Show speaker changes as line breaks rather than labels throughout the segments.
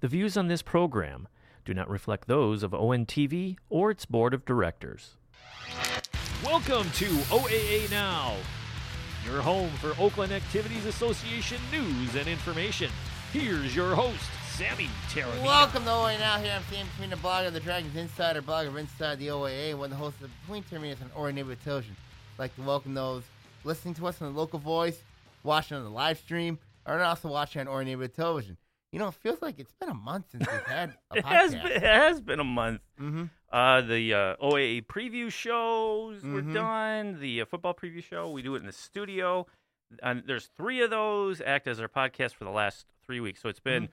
The views on this program do not reflect those of ONTV or its board of directors. Welcome to OAA Now, your home for Oakland Activities Association news and information. Here's your host, Sammy Terramina.
Welcome to OAA Now. Here I'm Sam Termina, blogger of the Dragons Insider, blogger of Inside the OAA, one of the hosts of Between Terminus and Ori Neighborhood Television. I'd like to welcome those listening to us on the local voice, watching on the live stream, and also watching on Ori Neighborhood Television. You know, it feels like it's been a month since we've had a
It
podcast.
has, been, it has been a month.
Mm-hmm.
Uh, the uh, OAA preview shows
Mhm.
were done. The uh, football preview show we do it in the studio. And there's three of those act as our podcast for the last three weeks. So it's been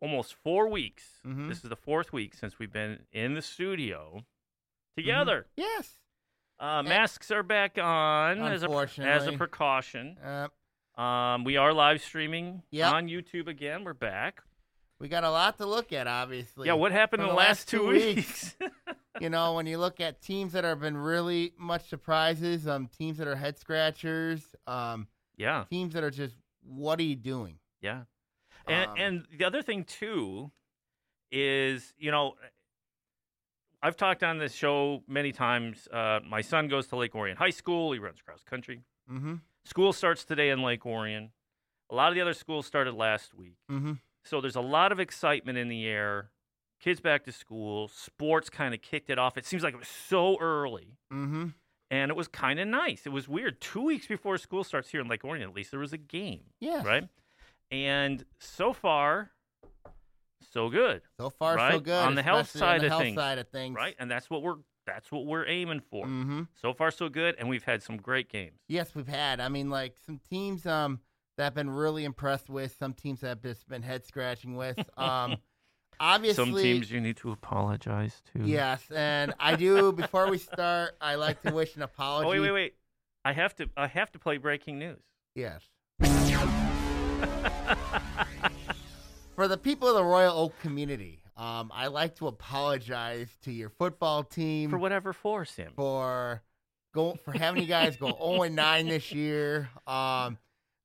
almost four weeks.
Mhm.
This is the fourth week since we've been in the studio together.
Yes.
Uh, masks are back on as a, as a
Unfortunately.
precaution.
Uh,
Um, we are live streaming
Yep.
on YouTube again. We're back.
we got a lot to look at, obviously.
yeah, what happened
from
in the last two weeks?
you know, when you look at teams that have been really much surprises, um, teams that are head scratchers, um,
yeah.
teams that are just, what are you doing?
Yeah. And
Um,
and the other thing too is, you know, I've talked on this show many times. Uh, my son goes to Lake Orion High School. He runs cross country.
Mm-hmm.
School starts today in Lake Orion. A lot of the other schools started last week.
Mm-hmm.
So there's a lot of excitement in the air. Kids back to school. Sports kind of kicked it off. It seems like it was so early.
Mm-hmm.
And it was kind of nice. It was weird. Two weeks before school starts here in Lake Orion, at least, there was a game
Yeah.
right? And so far, so good,
So far, so
Right?
good.
On the health
especially on
side
the
of
health
things,
side of things.
right? And that's what we're that's what we're aiming for.
Mm-hmm.
So far, so good, and we've had some great games.
Yes, we've had. I mean, like some teams um that have been really impressed with. Some teams that have just been head scratching with. Um, obviously,
some teams you need to apologize to.
Yes, and I do. Before we start, I like to wish an apology.
Oh wait, wait, wait! I have to I have to play breaking news.
Yes. For the people of the Royal Oak community, um, I like to apologize to your football team
For whatever for, Sam.
for go for having you guys go 0 and 9 this year. Um,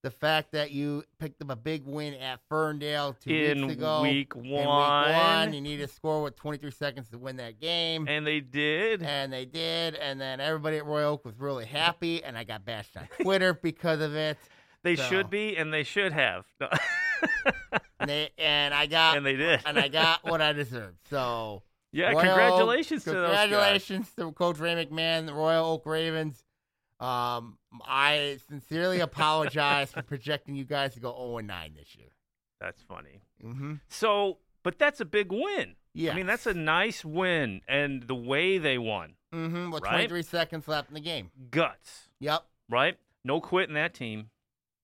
the fact that you picked up a big win at Ferndale two
in,
weeks ago.
week
in week one, you needed to score with 23 seconds to win that game.
and they did.
And they did, and then everybody at Royal Oak was really happy, and I got bashed on Twitter because of it.
they
so-
should be, and they should have, No.
And, they, and I got
and they did.
and I got what I deserved. So
yeah,
Royal Oak-
congratulations to those guys.
congratulations to Coach Ray McMahon, the Royal Oak Ravens. Um, I sincerely apologize for projecting you guys to go 0 9 this year.
That's funny.
Mm-hmm.
So, but that's a big win.
Yeah,
I mean, that's a nice win, and the way they won,
mm-hmm. With
right?
23 seconds left in the game.
guts,
Yep.
right? No quit in that team,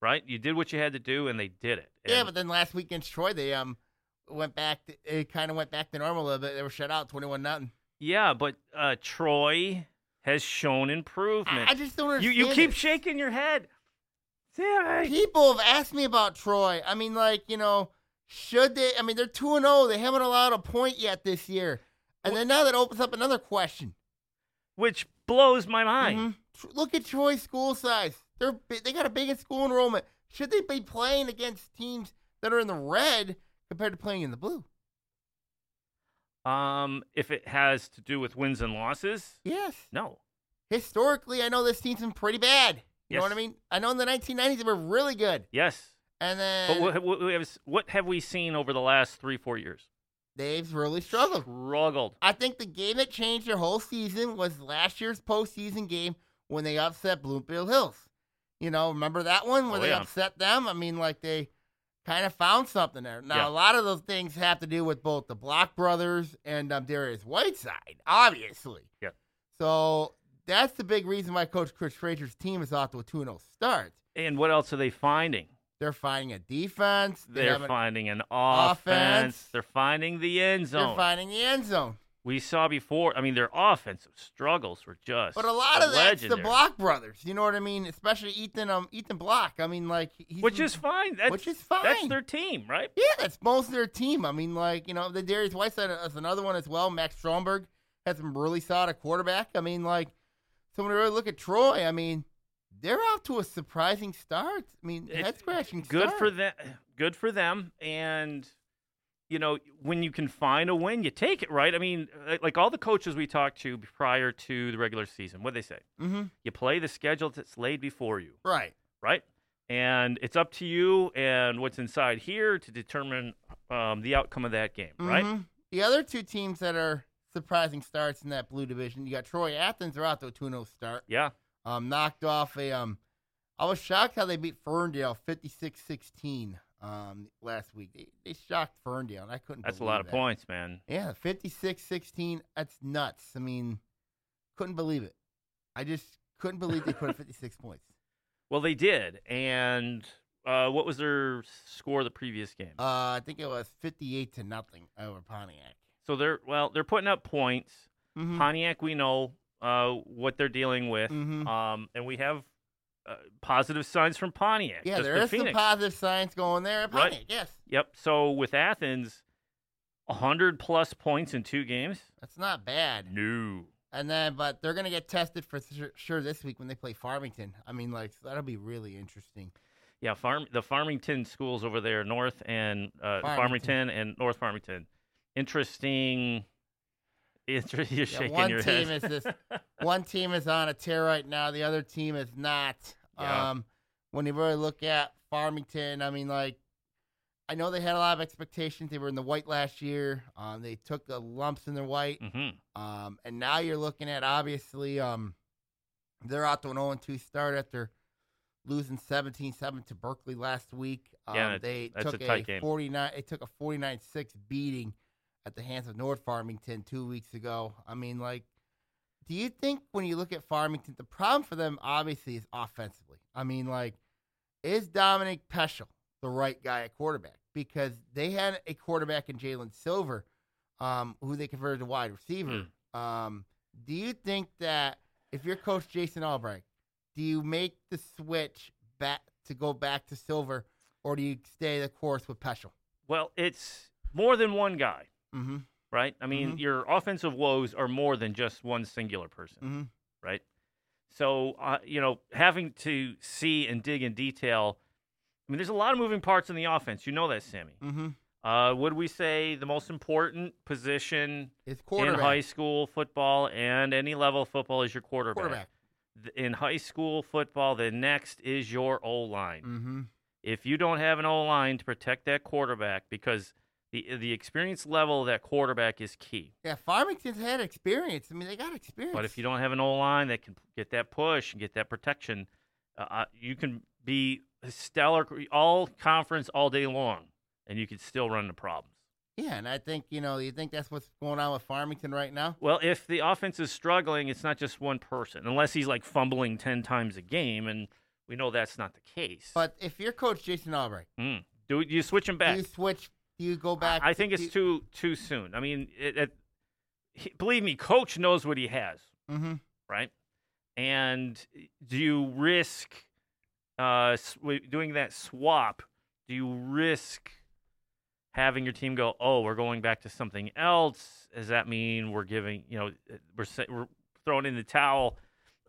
right? You did what you had to do, and they did it.
Yeah,
And-
but then last week against Troy, they um went back. To, it kind of went back to normal a little bit. They were shut out 21 nothing.
yeah, but uh, Troy has shown improvement.
I just don't
you
understand.
you keep
it.
shaking your head, Sammy.
people have asked me about Troy. I mean, like you know, should they? I mean, they're two and zero. They haven't allowed a point yet this year, and then now that opens up another question.
Which blows my mind.
Mhm. Tr- Look at Troy's school size. They're bi- they got a big school enrollment. Should they be playing against teams that are in the red compared to playing in the blue? Mm-hmm.
Um, if it has to do with wins and losses,
Yes.
no.
Historically, I know this team's been pretty bad. You
Yes.
know what I mean? I know in the 1990s they were really good,
Yes.
and then
But what, what, what have- what have we seen over the last three, four years?
they've really struggled.
Struggled.
I think the game that changed their whole season was last year's postseason game when they upset Bloomfield Hills. You know, remember that one where
Oh,
they
yeah.
upset them? I mean, like they kind of found something there. Now,
Yeah.
a lot of those things have to do with both the Block brothers and um, Darius Whiteside, obviously.
Yeah.
So that's the big reason why Coach Chris Frazier's team is off to a 2 0 start.
And what else are they finding?
They're finding a defense. They
They're
haven't-
finding an offense.
offense.
They're finding the end
They're
zone.
finding the end zone.
we saw before. I mean, their offensive struggles were just.
But a lot of that's the
legendary,
Block brothers. You know what I mean? Especially Ethan, um, Ethan Block. I mean, like he's
which is fine. That's,
Which is
That's
fine.
their team, right?
yeah, that's most of their team. I mean, like you know, the Darius Whiteside is another one as well. Max Stromberg has some really solid quarterback. I mean, like so when we really look at Troy, I mean, they're off to a surprising start. I mean,
It-
head scratching.
Good for them. Good for them. And you know, when you can find a win, you take it, right? I mean, like- like all the coaches we talked to prior to the regular season, what they say?
Mm-hmm.
You play the schedule that's laid before you,
Right.
right? And it's up to you and what's inside here to determine um, the outcome of that game, right?
Mhm. The other two teams that are surprising starts in that blue division, you got Troy Athens are out to a 2 0 start.
Yeah.
Um, knocked off a. Um, I was shocked how they beat Ferndale 56 16 um, last week. They, they shocked Ferndale, and I couldn't
That's a
believe
lot of
that.
points, man.
Yeah, 56 16. That's nuts. I mean, couldn't believe it. I just couldn't believe they put up 56 points.
Well, they did. And uh, what was their score the previous game?
Uh, I think it was 58 to nothing over Pontiac.
so they're, well, they're putting up points.
Mm-hmm.
Pontiac, we know uh, what they're dealing with.
Mhm.
Um, and we have uh, positive signs from Pontiac.
yeah,
just
there
for
is some
Phoenix.
positive signs going there at
Right.
Pontiac. Yes,
Yep. So with Athens, 100 plus points in two games?
that's not bad.
No.
And then, but they're going to get tested for sur- sure this week when they play Farmington. I mean, like, that'll be really interesting.
Yeah, farm the Farmington schools over there, North and uh, Farmington.
Farmington.
and North Farmington. Interesting. Inter- you're
Yeah,
shaking
one
your
team
head.
is this one team is on a tear right now. The other team is not.
Yeah.
Um, when you really look at Farmington, I mean, like, I know they had a lot of expectations. They were in the white last year. Um, they took the lumps in their white.
hmm
Um, and now you're looking at obviously, um, they're out to an 0 2 start after losing 17 7 to Berkeley last week. Um,
Yeah,
they
that's a
took
tight game.
49, it took a 49 6 beating at the hands of North Farmington two weeks ago. I mean, like, do you think when you look at Farmington, the problem for them obviously is offensively? I mean, like, is Dominic Peschel the right guy at quarterback? Because they had a quarterback in Jalen Silver, um, who they converted to wide receiver.
Hmm.
Um, do you think that if you're Coach Jason Albright, do you make the switch back to go back to Silver, or do you stay the course with Peschel?
Well, it's more than one guy,
Mm-hmm.
right? I mean,
Mhm.
your offensive woes are more than just one singular person,
Mhm.
right? So, uh, you know, having to see and dig in detail. I mean, there's a lot of moving parts in the offense. You know that, Sammy.
Mm-hmm.
Uh, would we say the most important position
It's
in
quarterback.
high school football and any level of football is your quarterback.
quarterback.
Th- In high school football, the next is your O line.
Mm-hmm.
If you don't have an O line to protect that quarterback, because the the experience level of that quarterback is key.
Yeah, Farmington's had experience. I mean, they got experience.
But if you don't have an O line that can get that push and get that protection, uh, uh, you can be stellar all conference all day long, and you can still run into problems.
yeah, and I think you know, you think that's what's going on with Farmington right now.
Well, if the offense is struggling, it's not just one person, unless he's like fumbling 10 times a game, and we know that's not the case.
But if you're Coach Jason Albright,
Mm. do you switch him
do
back?
you switch? Do you go back?
I I think
do
it's too too soon. I mean, it, it, he, believe me, coach knows what he has,
you- Mhm.
right? And eh, do you risk uh, sw- doing that swap? Do you risk having your team go, "Oh, we're going back to something else"? Does that mean we're giving, you know, eh, we're sa- we're throwing in the towel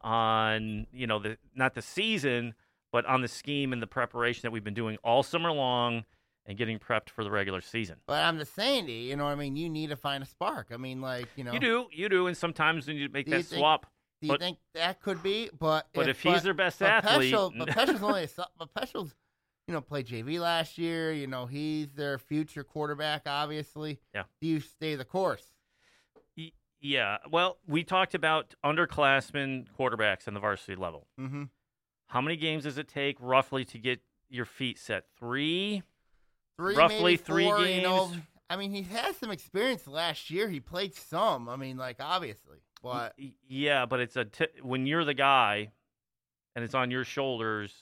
on, you know, the not the season, but on the scheme and the preparation that we've been doing all summer long and getting prepped for the regular season?
But I'm just saying, to you, you know, what I mean, you need to find a spark. I mean, like you know,
You do, you do, and sometimes when you make
Do
that
you think-
swap,
do you
but-
think that could be? But
but if, he's their best
but
athlete,
Peschel, but Peschel's only a, so- but Peschel's, you know, played JV last year. You know, he's their future quarterback, obviously.
Yeah.
Do you stay the course?
Y- Yeah. Well, we talked about underclassmen quarterbacks on the varsity level.
Mm-hmm.
How many games does it take roughly to get your feet set? Three.
three,
Roughly
maybe
three
four, You know,
games.
I mean, he has some experience last year. He played some. I mean, like obviously, but
Y- Yeah, but it's a t- when you're the guy, and it's on your shoulders,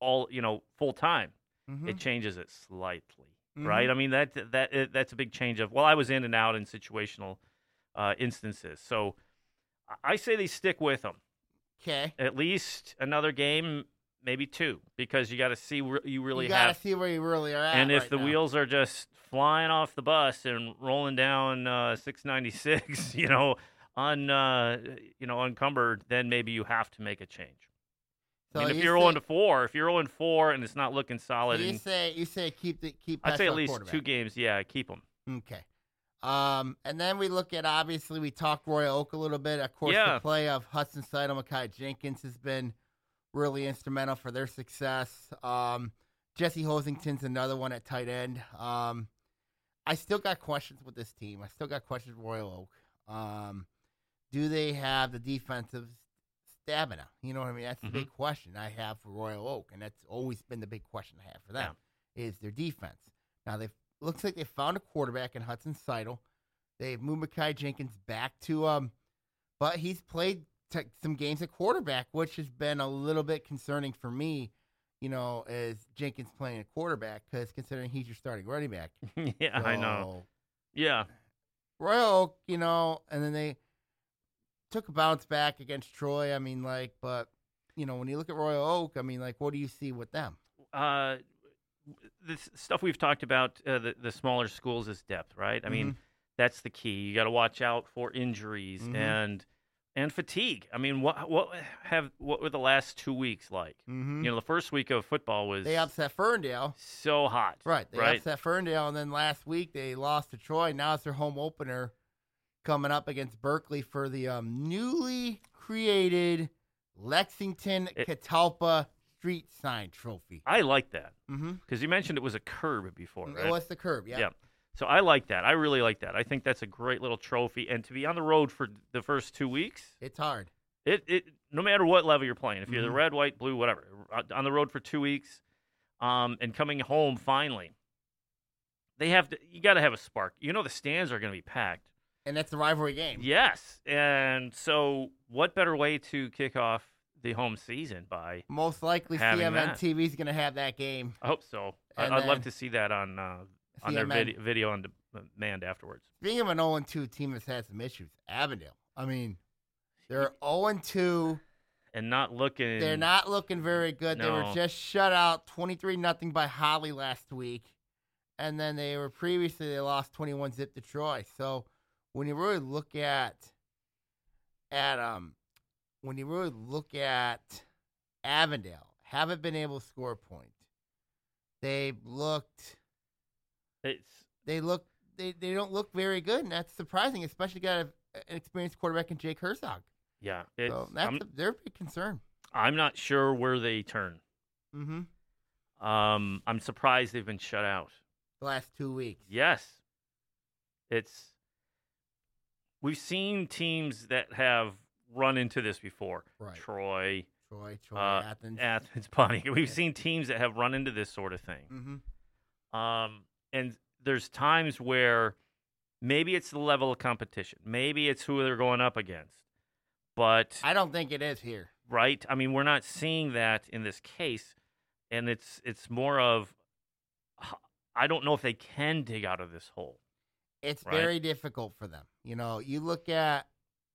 all you know, full time.
Mhm.
It changes it slightly,
Mm-hmm.
right? I mean that that it, that's a big change of well, I was in and out in situational uh, instances, so I- I say they stick with them.
mm-hmm. okay,
at least another game, maybe two, because you got to see where you really
you gotta
have.
see where you really are at.
and if
right
the
now.
wheels are just flying off the bus and rolling down uh, 696, you know, un uh, you know uncumbered, then maybe you have to make a change. I mean, if you're
say,
0 to 4, if you're 0 and 4 and it's not looking solid,
you
and
say you say keep the keep.
I'd say
Pascal
at least
quarterback.
two games, yeah, keep them.
Okay. Um, and then we look at obviously we talked Roy Oak a little bit. Of course,
Yeah.
the play of Hudson Seidel, Makai Jenkins has been really instrumental for their success. Um, Jesse Hosington's another one at tight end. Um, I still got questions with this team. I still got questions with Royal Oak. Um, do they have the defensive stamina? You know what I mean? That's
Mhm.
the big question I have for Royal Oak, and that's always been the big question I have for them is their defense. Now they looks like they found a quarterback in Hudson Seidel. They've moved Makai Jenkins back to um, but he's played t- some games at quarterback, which has been a little bit concerning for me. You know, as Jenkins playing at quarterback because considering he's your starting running back,
yeah, I know.
So,
Yeah,
Royal Oak, you know, and then they took a bounce back against Troy. I mean, like, but you know, when you look at Royal Oak, I mean, like, what do you see with them?
uh, this stuff we've talked about uh, the, the smaller schools is depth, right? I mean, that's the key. You got to watch out for injuries
Mhm.
and and fatigue. I mean, what what have what were the last two weeks like?
Mm-hmm.
You know, the first week of football was
they upset Ferndale.
so hot,
Right. They
right,
upset Ferndale, and then last week they lost to Troy. Now it's their home opener coming up against Berkeley for the um, newly created Lexington
It-
Catalpa Street Sign Trophy.
I like that
Mm-hmm.
because you mentioned it was a curb before, right?
What's the curb? Yeah.
Yeah. So I like that. I really like that. I think that's a great little trophy. And to be on the road for the first two weeks,
It's hard.
It it no matter what level you're playing, if you're the
Mhm.
red, white, blue, whatever, uh, on the road for two weeks, um, and coming home finally, they have to. You got to have a spark. You know the stands are going to be packed.
And that's a rivalry game.
Yes, and so what better way to kick off the home season by?
Most likely
Having
CMN
that.
TV is going to have that game.
I hope so. I,
And
I'd love to
then-
see that on uh, on their
CMN.
video, video on demand afterwards.
Speaking of an 0 2 team that's had some issues, Avondale. I mean, they're 0 2.
And not looking.
They're not looking very good. They
No.
were just shut out 23 nothing by Holly last week. And then they were previously they lost 21 zip to Troy. So when you really look at at um when you really look at Avondale, haven't been able to score a point. They looked
It's
they look they, they don't look very good and that's surprising, especially got a, an experienced quarterback in Jake Herzog.
yeah. It's,
so that's
I'm,
a, they're a big concern.
I'm not sure where they turn.
hmm
Um, I'm surprised they've been shut out.
The last two weeks.
Yes. It's we've seen teams that have run into this before.
Right.
Troy,
Troy, Troy,
Uh,
Athens.
Athens, Bonnie. We've seen teams that have run into this sort of thing.
mm-hmm.
Um, and there's times where maybe it's the level of competition. Maybe it's who they're going up against. But
I don't think it is here.
right? I mean, we're not seeing that in this case, and it's it's more of h- I don't know if they can dig out of this hole.
It's
Right.
very difficult for them. You know, you look at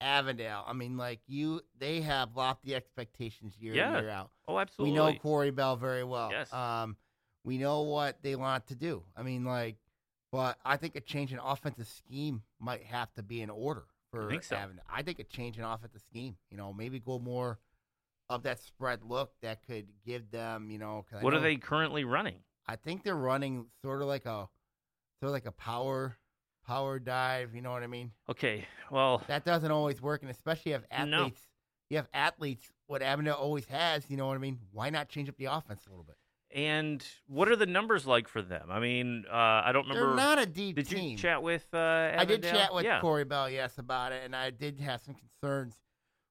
Avondale. I mean, like you, they have lofty expectations year
Yeah,
in year out.
Oh, absolutely.
We know Corey Bell very well.
Yes.
Um, we know what they want to do. I mean, like, but I think a change in offensive scheme might have to be in order for
think so.
Avondale. I think a change in offensive scheme. You know, maybe go more of that spread look that could give them. You know, 'cause I
What are
know-
they currently running?
I think they're running sort of like a sort of like a power power dive, you know what I mean?
Okay, well,
That doesn't always work and especially you have
No.
athletes you have athletes, what Avondale always has, you know what I mean? Why not change up the offense a little bit?
and what are the numbers like for them? I mean, uh, I don't remember.
they're not a deep
did you
team.
chat with? Uh, I
I did chat with
yeah.
Corey Bell, yes, about it, and I did have some concerns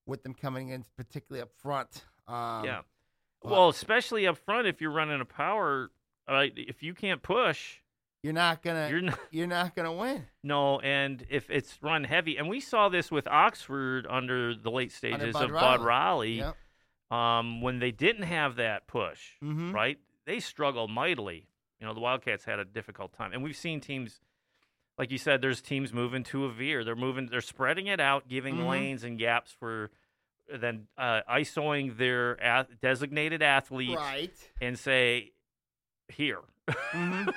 with them coming in, particularly up front. Um,
yeah.
but-
Well, especially up front, if you're running a power, uh, if you can't push,
you're not gonna
you're
you're,
not.
not gonna win
No, and if it's run heavy, and we saw this with Oxford under the late stages
Bud
of Bud
Riley.
Riley,
Yep.
um, when they didn't have that push,
Mm-hmm.
right? They struggled mightily. You know, the Wildcats had a difficult time, and we've seen teams, like you said, there's teams moving to a veer. They're moving, they're spreading it out, giving
Mhm.
lanes and gaps for then uh, isoing their ath- designated athletes
Right.
and say, here,
Mhm.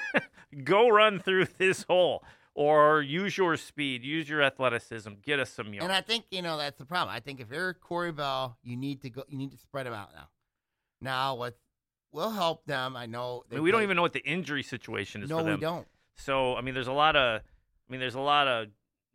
go run through this hole or use your speed, use your athleticism, get us some yards.
And I think you know that's the problem. I think if you're Corey Bell, you need to go. You need to spread him out now. Now, what will help them? I know.
I mean, we don't even know what the injury situation is
No,
for them.
we don't.
So I mean, there's a lot of, I mean, there's a lot of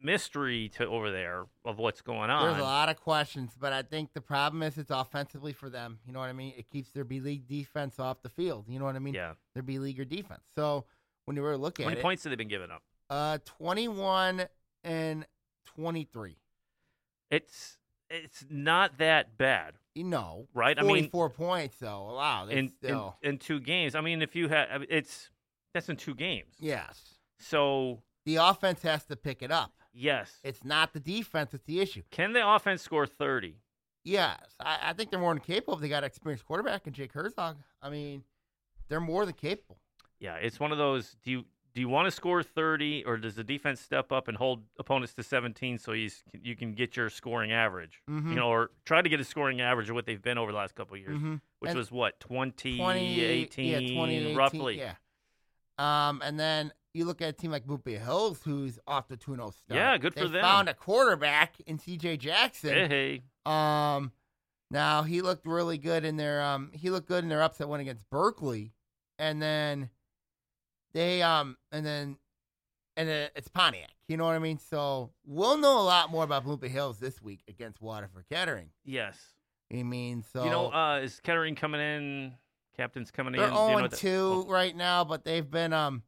mystery to over there of what's going on.
There's a lot of questions, but I think the problem is it's offensively for them. You know what I mean? It keeps their B league defense off the field. You know what I mean?
yeah.
Their B league or defense. So when you were
How
looking
many
at
points have they been giving up?
it, uh, 21 and 23.
It's it's not that bad,
You know,
right? I mean,
44 points though. Wow, that's
in, in
still
in two games. I mean, if you had, I mean, it's that's in two games.
yes.
So
The offense has to pick it up.
yes,
It's not the defense; it's the issue.
can the offense score thirty?
Yes, I, I think they're more than capable. They got an experienced quarterback in Jake Herzog. I mean, they're more than capable.
Yeah, it's one of those. Do you do you want to score thirty, or does the defense step up and hold opponents to seventeen so you you can get your scoring average?
Mhm.
You know, or try to get a scoring average of what they've been over the last couple of years,
Mhm.
which
And-
was what 20,
2018,
18,
yeah, 2018,
roughly.
Yeah. Um, and then you look at a team like Boopy Hills, who's off the 2 0 start.
Yeah, good
they
for them.
found a quarterback in CJ Jackson.
Hey, hey,
Um, now he looked really good in their um he looked good in their upset win against Berkeley, and then they um and then and then it's Pontiac. You know what I mean? So we'll know a lot more about Bloomfield Hills this week against Waterford Kettering.
yes.
I mean, so
you know, uh, is Kettering coming in? Captain's coming
they're
in. Do you know
zero
what
and
the-
two
oh,
right now, but they've been um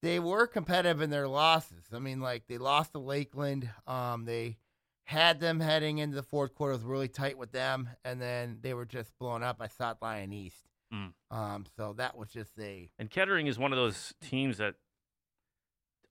they were competitive in their losses. I mean, like they lost to Lakeland. Um, they had them heading into the fourth quarter. It was really tight with them, and then they were just blown up by South Lyon East.
Mm.
Um, so that was just a
And Kettering is one of those teams that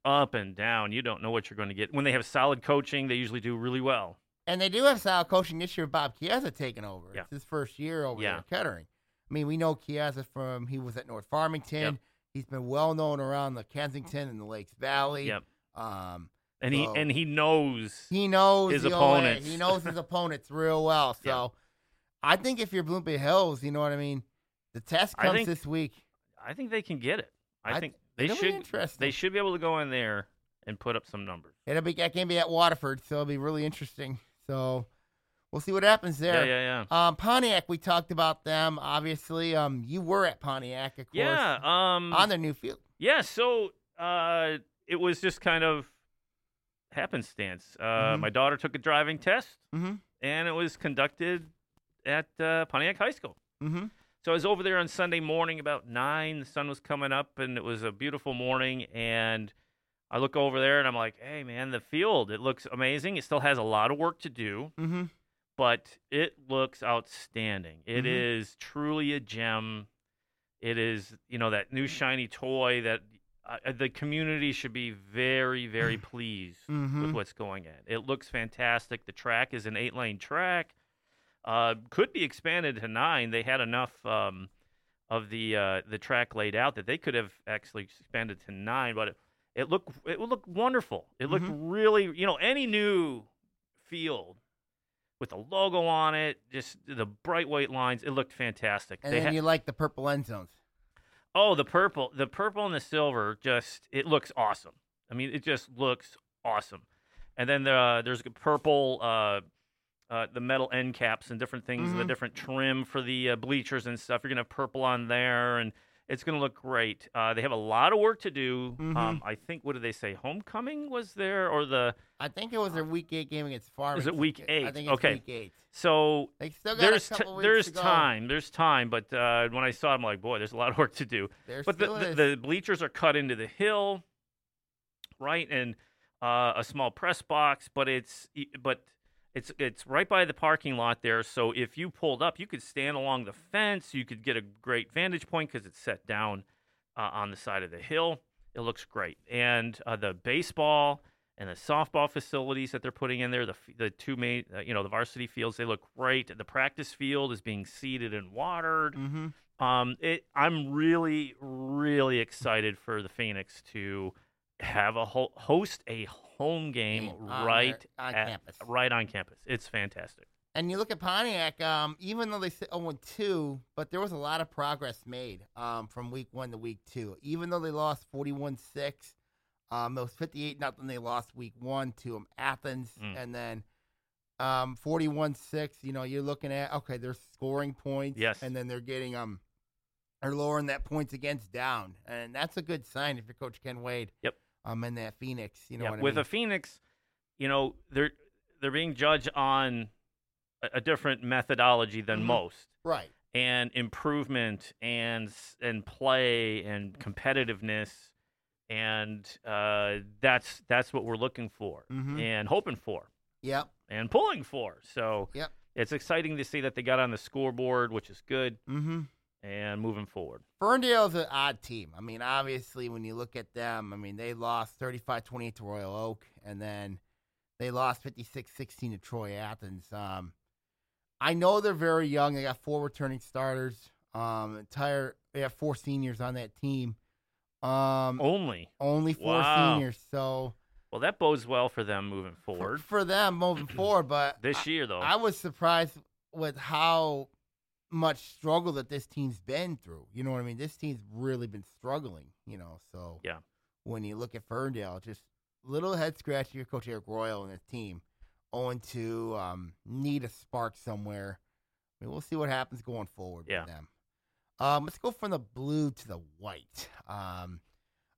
up and down. You don't know what you're going to get. When they have solid coaching, they usually do really well.
and they do have solid coaching this year. Bob Chiesa taking over.
Yeah.
It's his first year over
Yeah.
there at Kettering. I mean, we know Chiesa from he was at North Farmington.
Yep.
He's been well known around the Kensington and the Lakes Valley.
Yep.
Um,
And he
So-
and he knows
He knows
His
the OA.
opponents.
He knows his opponents real well. So
Yeah.
I think if you're Bloomfield Hills, you know what I mean. The test
I
comes
think-
this week.
I think they can get it. I,
I-
think they
it'll be
should.
interesting.
They should be able to go in there and put up some numbers.
It'll be that game be at Waterford, so it'll be really interesting. So we'll see what happens there.
Yeah, yeah, yeah.
Um, Pontiac, we talked about them. Obviously, um, you were at Pontiac, of course,
Yeah. Um.
on their new field.
yeah. So, uh, it was just kind of happenstance. Uh,
Mhm.
my daughter took a driving test,
Mhm.
and it was conducted at uh, Pontiac High School.
Mm-hmm.
So I was over there on Sunday morning about nine. The sun was coming up, and it was a beautiful morning. And I look over there, and I'm like, "Hey, man, the field. It looks amazing. It still has a lot of work to do."
Mm-hmm.
but it looks outstanding. It is
Mhm.
truly a gem. It is, you know, that new shiny toy that uh, the community should be very, very pleased
Mm-hmm.
with what's going on. It looks fantastic. The track is an eight lane track. Uh, could be expanded to nine. They had enough um, of the uh, the track laid out that they could have actually expanded to nine. But it, it looked it would look wonderful. It looked
Mm-hmm.
really you know any new field with the logo on it, just the bright white lines. It looked fantastic.
And
They
then
ha-
you like the purple end zones.
Oh, the purple, the purple and the silver, just it looks awesome. I mean, it just looks awesome. And then the, there's a purple, uh, uh, the metal end caps and different things, and the
Mhm.
different trim for the uh, bleachers and stuff. You're gonna have purple on there, and it's gonna look great. Uh, they have a lot of work to do.
Mm-hmm.
Um, I think what did they say? Homecoming was there, or the
I think it was their week eight game against Farmington.
week
I
eight?
think it's
Okay.
week eight.
so
They still got
there's
a
t-
couple weeks
there's
to go.
time, there's time. But uh, when I saw, it, I'm like, boy, there's a lot of work to do.
There
But the,
still
the,
is.
the bleachers are cut into the hill, right, and uh, a small press box. But it's but it's it's right by the parking lot there. So if you pulled up, you could stand along the fence. You could get a great vantage point because it's set down uh, on the side of the hill. It looks great, and uh, the baseball and the softball facilities that they're putting in there, the f- the two main, uh, you know, the varsity fields, they look great. The practice field is being seeded and watered.
Mm-hmm.
Um, it, I'm really, really excited for the Phoenix to have a ho- host a home game
Game on their-
right
on
at-
campus.
right on campus. It's fantastic.
And you look at Pontiac, um, even though they sit 0 2, but there was a lot of progress made um, from week one to week two. Even though they lost 41 6, um, it was 58 nothing. They lost week one to um, Athens.
Mm.
And then um, 41-6, you know, you're looking at okay, they're scoring points,
Yes.
and then they're getting um, they're lowering that points against down, and that's a good sign if you're Coach Ken Wade.
Yep.
Um, and that Phoenix, you know
Yeah,
what I
with
mean?
a Phoenix, you know they're they're being judged on a, a different methodology than
Mhm.
most,
right,
and improvement and s- and play and competitiveness, and uh, that's that's what we're looking for
Mhm.
and hoping for
yep,
and pulling for. So
Yep.
it's exciting to see that they got on the scoreboard, which is good,
mm-hmm.
and moving forward.
Ferndale's an odd team. I mean, obviously, when you look at them, I mean, they lost 35 28 to Royal Oak, and then they lost 56 16 to Troy Athens. Um, I know they're very young. They got four returning starters. Um, entire they have four seniors on that team. Um,
Only
only four
Oh, wow.
seniors. So
well, that bodes well for them moving
for-
forward
for them moving forward, but
this year, though.
I was surprised with how much struggle that this team's been through. You know what I mean? This team's really been struggling, you know. So
Yeah.
when you look at Ferndale, just little head scratch your coach Eric Royal and his team owing to um, need a spark somewhere. I mean, we'll see what happens going forward
Yeah.
with them. Um, let's go from the blue to the white. Um,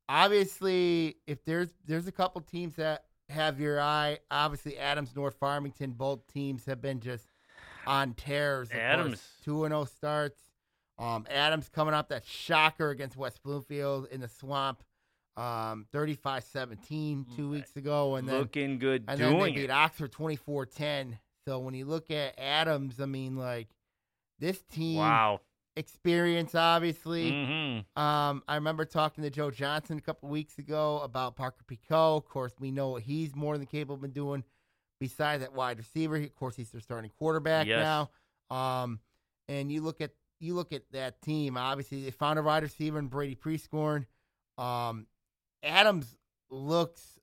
obviously, if there's there's a couple teams that have your eye, obviously Adams, North Farmington, both teams have been just on tears.
Adams.
two and zero starts. Um, Adams coming off that shocker against West Bloomfield in the swamp, um, 35-17
Mm,
two weeks ago, and then
looking good,
and then they
doing
beat
it.
Oxford 24-10. So when you look at Adams, I mean, like this team
Wow.
experience, obviously.
hmm
Um, I remember talking to Joe Johnson a couple weeks ago about Parker Picot. Of course, we know what he's more than capable of doing. Besides that wide receiver, he- of course, he's their starting quarterback
Yes.
now. Um, and you look at you look at that team. Obviously, they found a wide receiver in Brady Prescorn. Um, Adams looks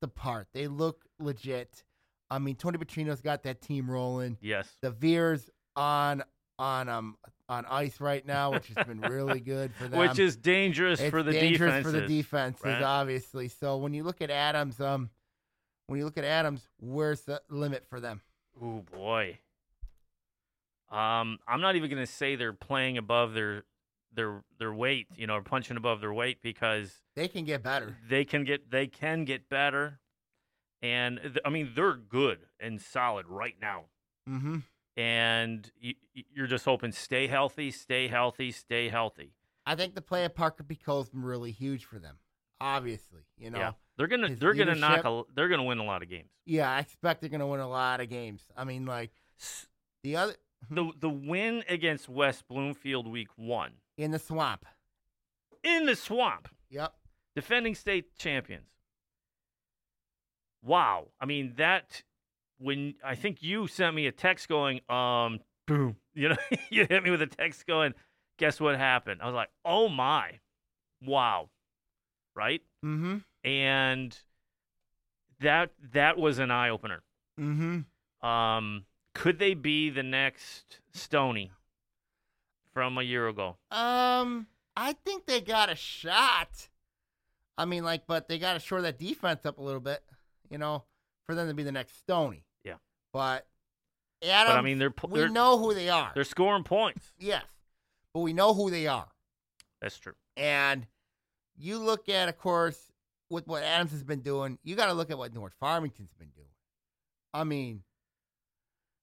the part. They look legit. I mean, Tony Petrino's got that team rolling.
Yes.
The Veers on on um on ice right now, which has been really good for them.
Which is dangerous
It's
for the
dangerous
defenses.
for the defenses,
right?
obviously. So when you look at Adams, um, when you look at Adams, where's the limit for them?
Ooh boy. Um, I'm not even gonna say they're playing above their their their weight, you know, or punching above their weight because
They can get better.
they can get they can get better, and th- I mean they're good and solid right now.
Mm-hmm.
And you, you're just hoping stay healthy, stay healthy, stay healthy.
I think the play of Parker Picot's been really huge for them. Obviously, you know.
Yeah, they're gonna
His
they're gonna knock
leadership-
a, they're gonna win a lot of games.
Yeah, I expect they're going to win a lot of games. I mean, like
S-
the other
The the win against West Bloomfield week one
in the swamp.
in the swamp.
Yep.
defending state champions. Wow. I mean that when I think you sent me a text going, um, boom. You know, you hit me with a text going, guess what happened? I was like, oh my, wow, right?
Mm-hmm.
And that that was an eye opener.
Mm-hmm.
Um, could they be the next Stony from a year ago?
Um, I think they got a shot. I mean, like, but they got to shore that defense up a little bit, you know, for them to be the next Stony.
Yeah.
But Adam,
but I mean, they're pu-
we
they're,
know who they are.
they're scoring points.
Yes, but we know who they are.
That's true.
And you look at, of course, with what Adams has been doing, you got to look at what North Farmington's been doing. I mean,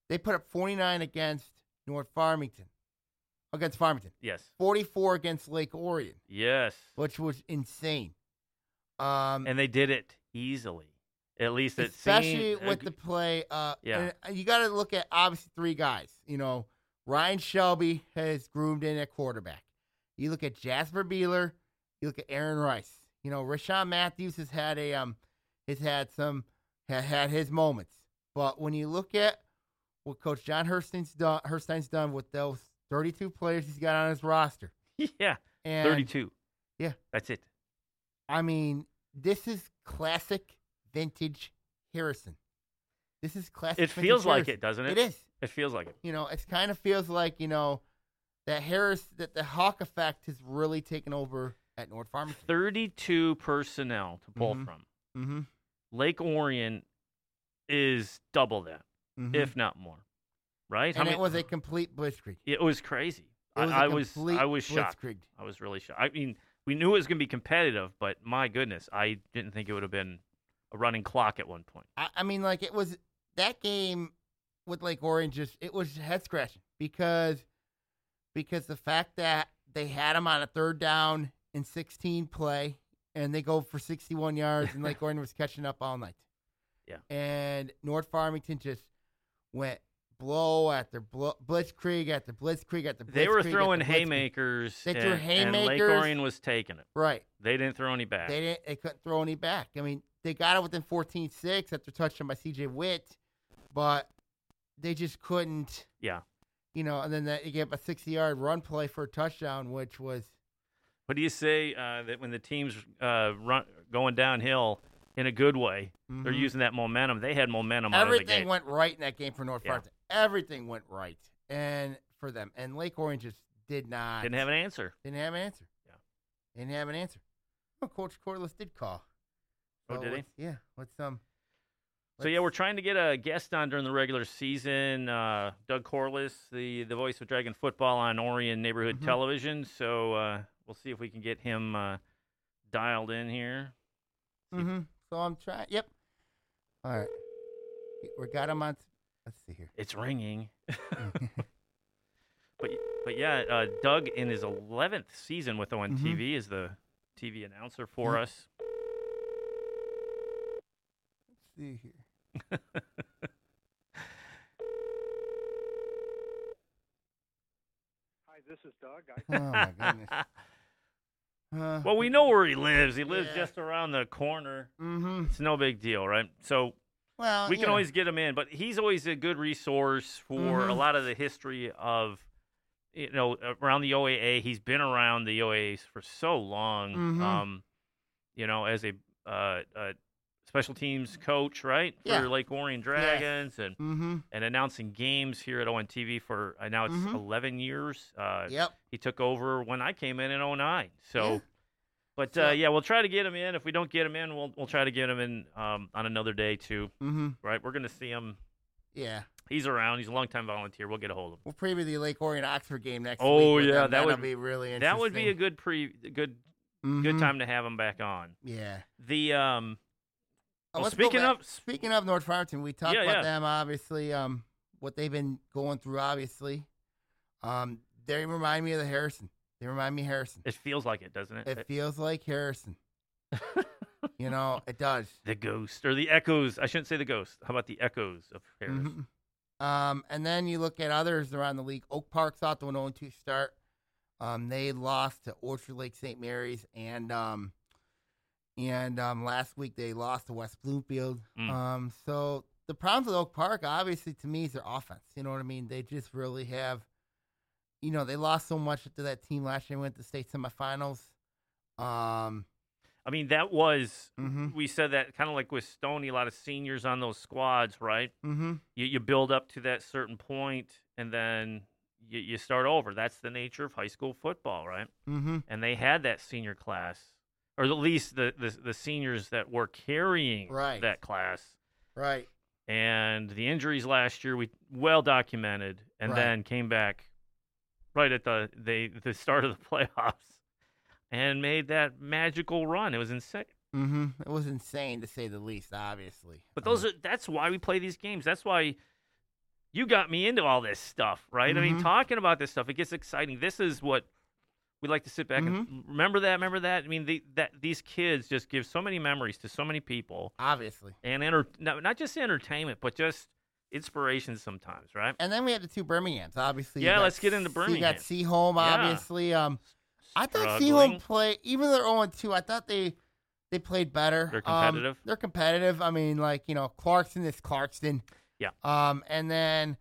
they put up 49 against North Farmington, against Farmington,
Yes.
44 against Lake Orion.
Yes.
which was insane. Um,
and they did it easily. At least it
especially
seemed,
with the play. Uh,
Yeah.
and you got to look at obviously three guys. You know, Ryan Shelby has groomed in at quarterback. You look at Jasper Beeler. You look at Aaron Rice. You know, Rashawn Matthews has had a um, has had some had had his moments. But when you look at what Coach John Herstein's done, Herstein's done with those 32 players he's got on his roster,
yeah,
and
thirty-two.
Yeah.
that's it.
I mean, this is classic vintage Harrison. This is classic.
It
vintage
feels like
Harrison.
it, doesn't it?
It is.
It feels like it.
You know, it kind of feels like you know that Harris that the Hawk effect has really taken over at North Farmington.
Thirty-two personnel to pull
Mhm.
from.
Mm-hmm.
Lake Orion is double that.
Mhm.
if not more. Right? How
and
many-
it was a complete blitzkrieg.
It was crazy.
It was a
I, I was
complete
I was shocked.
blitzkrieg.
I was really shocked. I mean, we knew it was going to be competitive, but my goodness, I didn't think it would have been a running clock at one point.
I, I mean, like it was that game with Lake Orange. Just it was head scratching because because the fact that they had him on a third down and sixteen play, and they go for sixty one yards, and Lake Orange was catching up all night.
Yeah.
and North Farmington just went blow after blow, blitzkrieg after blitzkrieg after blitzkrieg.
They were
after
throwing
blitzkrieg.
haymakers.
They
and,
threw
And Lake
haymakers.
Orion was taking it.
Right.
They didn't throw any back.
They didn't. They couldn't throw any back. I mean, they got it within 14-6 after touchdown by C.J. Witt, but they just couldn't.
Yeah.
You know, and then that, you get a sixty-yard run play for a touchdown, which was
What do you say uh, that when the team's uh, run, going downhill in a good way, they're
Mhm.
using that momentum? They had momentum out of the
everything
gate.
went right in that game for North
Yeah.
Farmington. Everything went right, and for them, and Lake Orange just did not
Didn't have an answer.
didn't have an answer.
Yeah.
didn't have an answer. Well, Coach Cordless did call.
Oh,
So
did he?
let's- Yeah. What's um?
So yeah,
let's-
we're trying to get a guest on during the regular season. Uh, Doug Corliss, the the voice of Dragon football on Orion Neighborhood
Mhm.
Television. So uh, we'll see if we can get him uh, dialed in here. See.
Mm-hmm. So I'm trying. Yep. All right. Y- We got him on. s- Let's see here.
It's ringing. But but yeah, uh, Doug in his eleventh season with ONTV is the TV announcer for
Mhm.
us.
Let's see here.
Hi, this is Doug. I,
Oh my goodness. Uh,
well, we know where he lives. He lives
Yeah.
just around the corner.
Mm-hmm.
It's no big deal, right? So
Well,
we
you
can
know,
always get him in, but he's always a good resource for a
Mhm.
lot of the history of you know around the OAA. He's been around the OAAs for so long.
Mhm.
Um, you know, as a uh, uh, special teams coach, right for
Yeah.
Lake Orion Dragons, and
Mm-hmm.
and announcing games here at ONTV for uh, now it's
Mhm.
eleven years. Uh,
Yep.
He took over when I came in in 09. So.
Yeah.
But
So-
uh, yeah, we'll try to get him in. If we don't get him in, we'll we'll try to get him in um, on another day too.
Mm-hmm.
Right? We're gonna see him
Yeah.
He's around. He's a longtime volunteer. We'll get a hold of him.
We'll preview the Lake Orion Oxford game next week.
Oh,
with
yeah,
them.
that
That'll
would-
be really interesting.
That would be a good pre, good, good
Mhm.
time to have him back on.
Mm-hmm. Yeah.
The um,
Oh,
well,
let's go
speaking
back-
of,
Speaking of North Farmington, we talked
Yeah,
about
yeah.
them obviously. Um, what they've been going through, obviously. Um, they remind me of the Harrison. They remind me of Harrison.
it feels like it, doesn't it?
It feels like Harrison. you know, it does.
the ghost or the echoes. I shouldn't say the ghost. How about the echoes of Harris?
Mhm. Um, and then you look at others around the league. Oak Park's out to an 0 2 start. Um, they lost to Orchard Lake St. Mary's, and um, and um, last week they lost to West Bloomfield.
Mm.
Um, so the problems with Oak Park, obviously, to me, is their offense. You know what I mean? They just really have, you know, they lost so much to that team last year. Went to state semifinals. Um,
I mean, that was
mm-hmm,
we said that kind of like with Stoney. A lot of seniors on those squads, right?
mm-hmm.
You you build up to that certain point, and then you, you start over. That's the nature of high school football, right?
Mm-hmm.
and they had that senior class, or at least the the, the seniors that were carrying
Right.
that class.
Right.
And the injuries last year we well documented, and
Right.
then came back right at the the the start of the playoffs, and made that magical run. It was insane.
Mm-hmm. It was insane to say the least, obviously.
But those
Um,
are that's why we play these games. That's why you got me into all this stuff, right? I mean,
Mhm.
talking about this stuff, it gets exciting. This is what we like to sit back and
Mm-hmm.
remember that, remember that. I mean, the, that these kids just give so many memories to so many people,
obviously.
and enter, not, not just entertainment, but just inspiration sometimes, right?
And then we had the two Birmingham's, obviously. you
Yeah,
got
let's get into
Se- You got
Birmingham.
Seaholm,
Yeah.
obviously. Um, I thought
Struggling.
Seaholm play even though they're 0 2, I thought they they played better.
They're
Um,
competitive.
they're competitive. I mean, like, you know, Clarkson is Clarkston.
Yeah.
Um, and then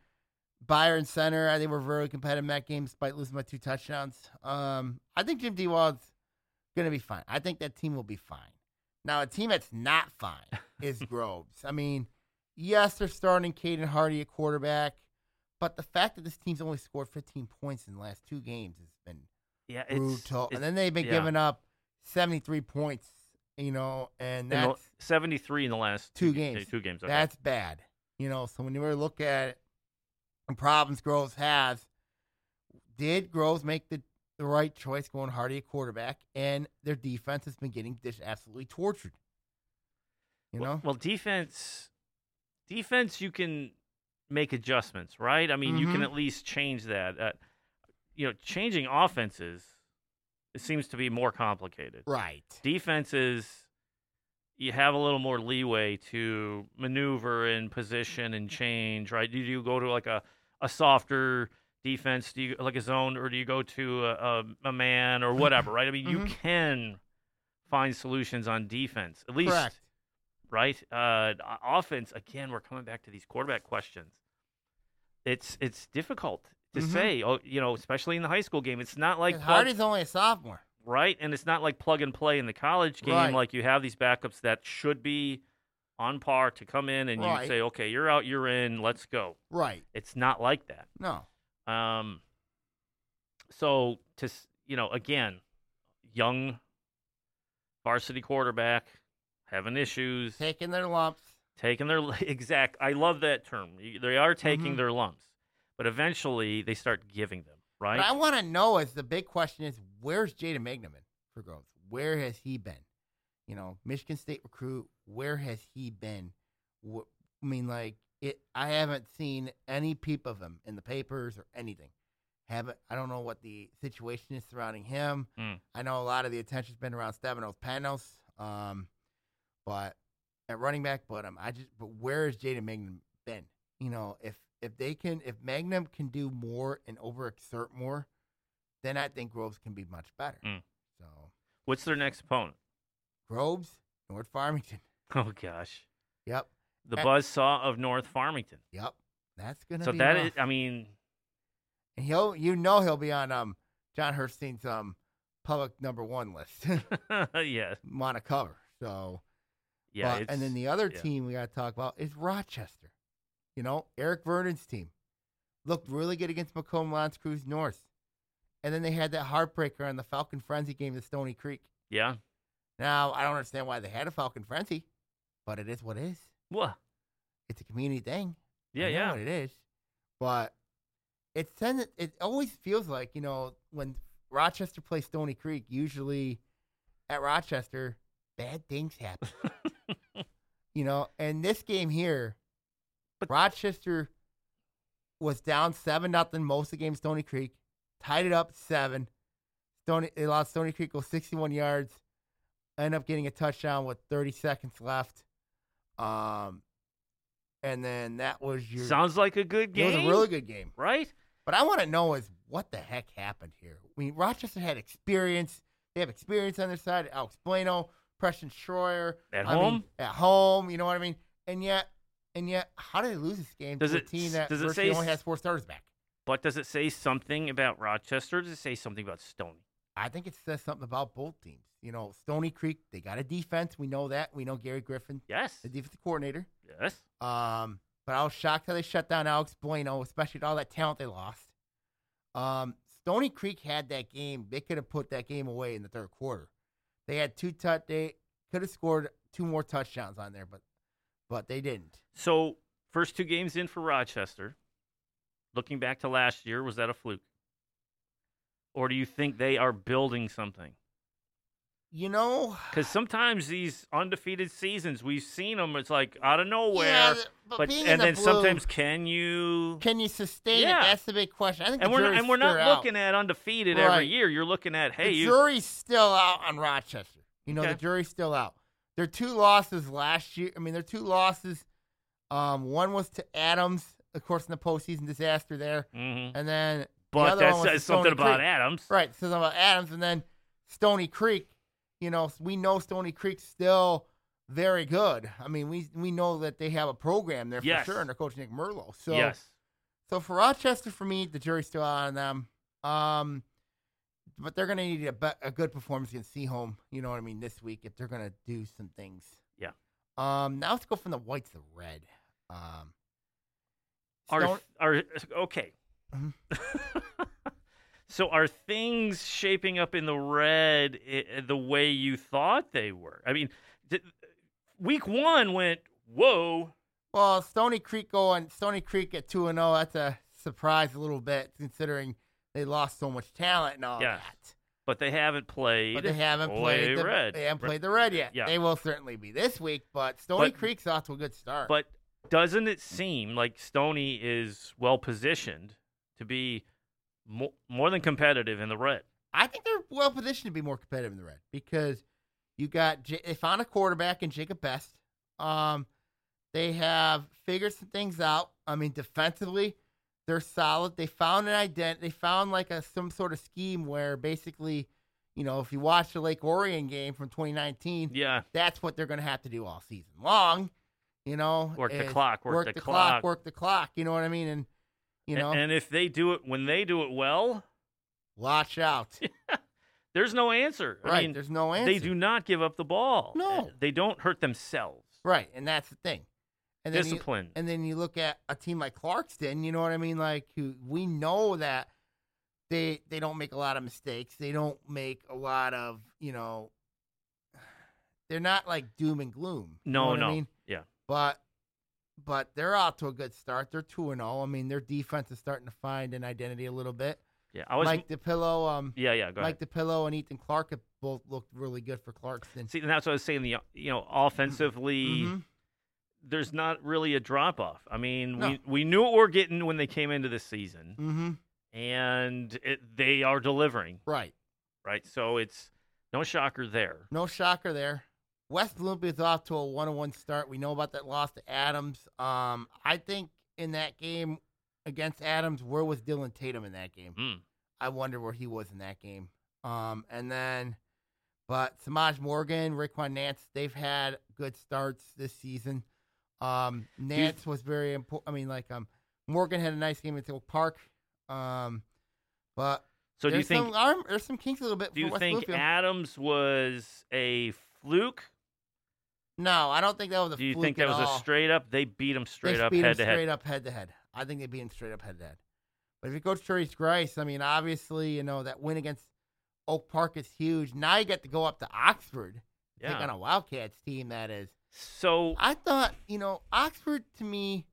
Byron Center, I think were very competitive in that game despite losing by two touchdowns. Um, I think Jim DeWald's gonna be fine. I think that team will be fine. Now a team that's not fine is Groves. I mean, yes, they're starting Caden Hardy at quarterback, but the fact that this team's only scored 15 points in the last two games has been
yeah, it's,
brutal.
it's-
and then they've been
yeah.
giving up 73 points, you know, and
in the-
that's
73 in the last
Two
ga-
games.
Two games. okay.
that's bad. You know, so when you really look at it, the problems Groves has, did Groves make the, the right choice going Hardy at quarterback? And their defense has been getting just absolutely tortured. You
Well-
know?
well, defense, defense, you can make adjustments, right? I mean, you can
Mhm.
at least change that. Uh, you know, changing offenses, it seems to be more complicated.
right.
Defenses, you have a little more leeway to maneuver and position and change, right? Do you go to like a, a softer defense, do you like a zone, or do you go to a, a, a man or whatever, right? I mean, you
Mhm.
can find solutions on defense, at least
Correct.
right? Uh, o- offense again. We're coming back to these quarterback questions. It's it's difficult to
Mhm.
say. Oh, you know, especially in the high school game, it's not like
And
plug,
Hardy's only a sophomore.
right, and it's not like plug and play in the college game.
Right.
Like you have these backups that should be on par to come in and you
Right.
say, okay, you're out, you're in, let's go.
Right.
It's not like that.
No.
Um, so to s- you know, again, young varsity quarterback having issues
Taking their lumps.
taking their exact i love that term You- they are taking
Mhm.
their lumps but eventually they start giving them
What
right
I want to know is the big question is where's Jaden Magnuman for Groves? Where has he been? You know, Michigan State recruit. Where has he been? Wh- I mean, like it. I haven't seen any peep of him in the papers or anything. Haven't. I don't know what the situation is surrounding him.
Mm.
I know a lot of the attention's been around Stefanos Panos, um, but at running back. But um, I just. But where has Jaden Magnum been? You know, if if they can, if Magnum can do more and overexert more, then I think Groves can be much better.
Mm.
So
what's their next opponent
Groves, North Farmington.
oh gosh
Yep.
the
Eh.
buzz saw of north farmington
Yep. That's gonna
so
be
that
rough.
is uh i mean
and he'll you know he'll be on um John Hurstein's um public number one list.
yeah
Mono cover. So
yeah
but-
it's,
and then the other
yeah.
team we gotta talk about is Rochester. You know, Eric Vernon's team. Looked really good against Macomb Lance Cruz North. And then they had that heartbreaker on the Falcon Frenzy game to Stony Creek.
yeah
Now I don't understand why they had a Falcon Frenzy, but it is what it is.
what
It's a community thing. I
yeah
know
yeah
what it is. But it sends it always feels like, you know, when Rochester plays Stony Creek, usually at Rochester, bad things happen. you know, and this game here,
But-
Rochester was down seven nothing most of the game Stony Creek, tied it up seven. Stony they lost Stony Creek go sixty one yards, end up getting a touchdown with thirty seconds left. Um and then that was your
sounds like a good
it
game
was a really good game.
right
But I want to know is what the heck happened here. I mean, Rochester had experience. They have experience on their side. Alex Blano, Preston Schroyer.
At
I mean,
home?
at home. You know what I mean? And yet, and yet, how did they lose this game
Does
to a
it-
team that
does it
virtually
say
only
s-
has four starters back?
but does it say something about rochester or does it say something about stony
I think it says something about both teams. You know, Stony Creek, they got a defense. We know that. We know Gary Griffin,
yes
the defensive coordinator.
yes
Um, but I was shocked how they shut down Alex Bueno, especially with all that talent they lost. Um, Stony Creek had that game; they could have put that game away in the third quarter. They had two touch. They could have scored two more touchdowns on there, but but they didn't.
so first two games in for rochester looking back to last year was that a fluke or do you think they are building something
You know,
Because sometimes these undefeated seasons, we've seen them. It's like out of nowhere.
yeah, but, being
and
in the
then
blue,
sometimes, can you?
can you sustain
Yeah.
it? That's the big question. I think
and
the
we're
jury's
and we're not
still out.
looking at undefeated every
Right.
year. You're looking at hey,
the
you,
jury's still out on Rochester. You know,
Okay.
the jury's still out. Their two losses last year. I mean, their two losses. Um, one was to Adams, of course, in the postseason disaster there,
Mhm.
and then
but
other
that
one was
says
Stony
something about
Creek.
Adams.
right. So about Adams, and then Stony Creek. You know, we know Stony Creek's still very good. I mean, we we know that they have a program there for
Yes.
sure under Coach Nick Merlo. So
yes,
so for Rochester, for me, the jury's still out on them. Um, but they're going to need a, be- a good performance against Seaholm. You know what I mean this week if they're going to do some things.
Yeah.
Um, now let's go from the white to the red. Um,
are
Stone-
are okay.
Mhm.
so are things shaping up in the red i- the way you thought they were? I mean, th- week one went whoa,
Well, Stony Creek going Stony Creek at two and zero. That's a surprise a little bit considering they lost so much talent and all
Yeah.
that.
But they haven't played.
But they haven't
Boy,
played the
red.
They haven't
Re-
played the red yet.
Yeah.
They will certainly be this week. But Stony
But-
Creek's off to a good start.
But doesn't it seem like Stoney is well positioned to be mo- more than competitive in the red?
I think they're well positioned to be more competitive in the red because you got J- they found a quarterback in Jacob Best. Um, they have figured some things out. I mean, defensively, they're solid. They found an ident. They found like a some sort of scheme where basically, you know, if you watch the Lake Orion game from 2019,
Yeah,
that's what they're going to have to do all season long. You know,
Work the
is
clock, work the clock.
work the clock. You know what I mean? And you
A-
know,
And if they do it when they do it well,
watch out.
there's no answer. I
right?
mean,
there's no answer.
they do not give up the ball. Uh,
No.
they don't hurt themselves.
Right, and that's the thing. And then you,
Discipline.
and then you look at a team like Clarkston. You know what I mean? Like who we know that they they don't make a lot of mistakes. They don't make a lot of you know. They're not like doom and gloom. you know
no,
what
no,
I mean?
yeah,
but but they're off to a good start. They're two and zero. I mean, their defense is starting to find an identity a little bit.
yeah. I was,
Mike DePillo, um,
yeah, yeah. Go ahead.
Mike DePillo and Ethan Clark have both looked really good for Clarkston.
See, and that's what I was saying. The you know, offensively,
Mhm.
there's not really a drop off. I mean,
No.
we we knew what we're getting when they came into this season,
Mm-hmm.
and it, they are delivering.
Right.
Right, so it's no shocker there.
No shocker there. West Olympia is off to a one-on-one start. We know about that loss to Adams. Um, I think in that game against Adams, where was Dylan Tatum in that game?
Mm.
I wonder where he was in that game. Um, and then, but Samaj Morgan, Raquan Nance, they've had good starts this season. Um, Nance was very important. I mean, like um, Morgan had a nice game at Oak Park. Um, but
So do you
there's
think
some arm, there's some kinks a little bit.
do
for
you
West
think
Bloomfield.
Adams was a fluke?
No, I don't think that was a.
Do you
fluke
think that
at
was
all.
a straight up? They beat him straight
they
up
beat 'em
head to
Straight
head.
up head to head. I think they beat him straight up head to head. But if you go to Trace Grice, I mean, obviously, you know that win against Oak Park is huge. Now you get to go up to Oxford,
Yeah.
take on a Wildcats team that is.
So
I thought, you know, Oxford to me,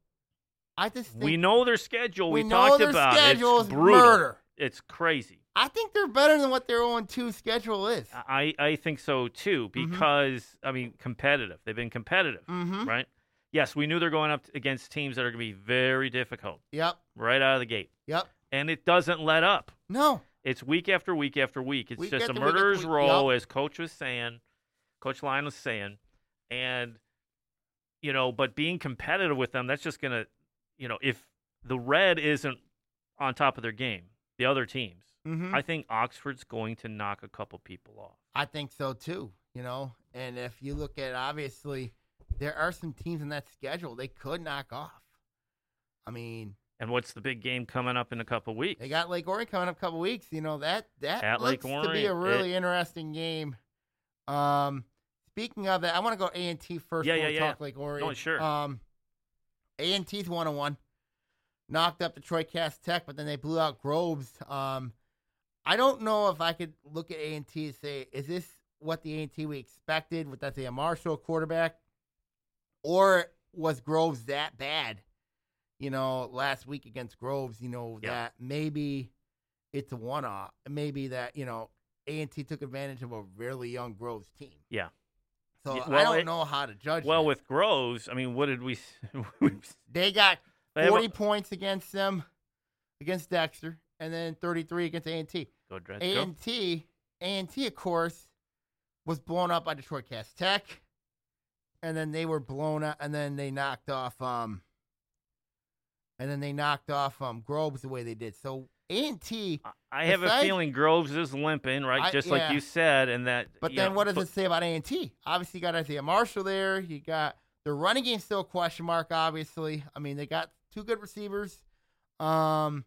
I just think
we know their schedule.
we
We,
know
talked
their
about it.
schedule
It's
is
brutal.
murder.
It's crazy.
I think they're better than what their own two schedule is.
I I think so too
Mhm.
because I mean competitive. They've been competitive,
mm-hmm.
right? Yes, we knew they're going up against teams that are going to be very difficult
Yep.
right out of the gate,
Yep.
and it doesn't let up.
No.
It's week after week after week. It's
Week
just a
after week after
murderer's
week,
row, as Coach was saying, Coach Lyon was saying, and you know, but being competitive with them, that's just gonna, you know, if the red isn't on top of their game, the other teams,
Mm-hmm.
I think Oxford's going to knock a couple people off.
I think so too. You know, and if you look at obviously, there are some teams in that schedule they could knock off. I mean,
And what's the big game coming up in a couple weeks?
they got Lake Orion coming up a couple weeks. You know that that
At Lake
looks to be a
Orion,
really interesting game. Um, speaking of that, I want to go A and T first.
Yeah,
before
yeah,
we
yeah.
Talk Lake Orion.
No, sure.
Um, A and T's one on one knocked up Detroit Cast Tech, but then they blew out Groves. Um, I don't know if I could look at A and T and say, is this what the A and T we expected with that they a Marshall quarterback, or was Groves that bad? You know, last week against Groves, you know
Yeah.
that maybe it's a one off. Maybe that you know A and T took advantage of a really young Groves team.
Yeah.
So
Yeah,
I
well,
don't
it-
know how to judge.
Well,
that.
with Groves, I mean, what did we? they
they got
have a-
40 points against them against Dexter, and then 33 against A&T.
Go, Dreads, go.
A&T, A&T, of course, was blown up by Detroit Cast Tech, and then they were blown up, and then they knocked off, um, and then they knocked off um Groves the way they did. So A&T,
I- I have a
Besides-
feeling Groves is limping, right?
I-
Just
yeah.
like you said, and that.
but
you
then
know,
what does
but-
it say about A&T? Obviously, you got Isaiah Marshall there. You got the running game still a question mark. Obviously, I mean they got two good receivers. Um,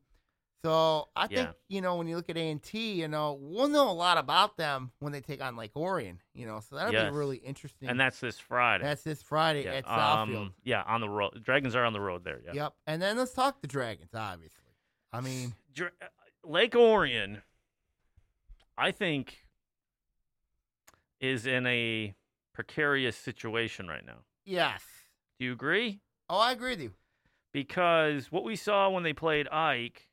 so I think
Yeah.
you know when you look at A and T, you know we'll know a lot about them when they take on Lake Orion. You know, so that'll
Yes.
be really interesting.
And that's this Friday.
that's this Friday
yeah.
at Southfield.
um, yeah, on the road. Dragons are on the road there. Yeah.
Yep. And then let's talk the Dragons. Obviously, I mean,
Dra- uh, Lake Orion, I think, is in a precarious situation right now.
yes,
Do you agree?
Oh, I agree with you.
because what we saw when they played Ike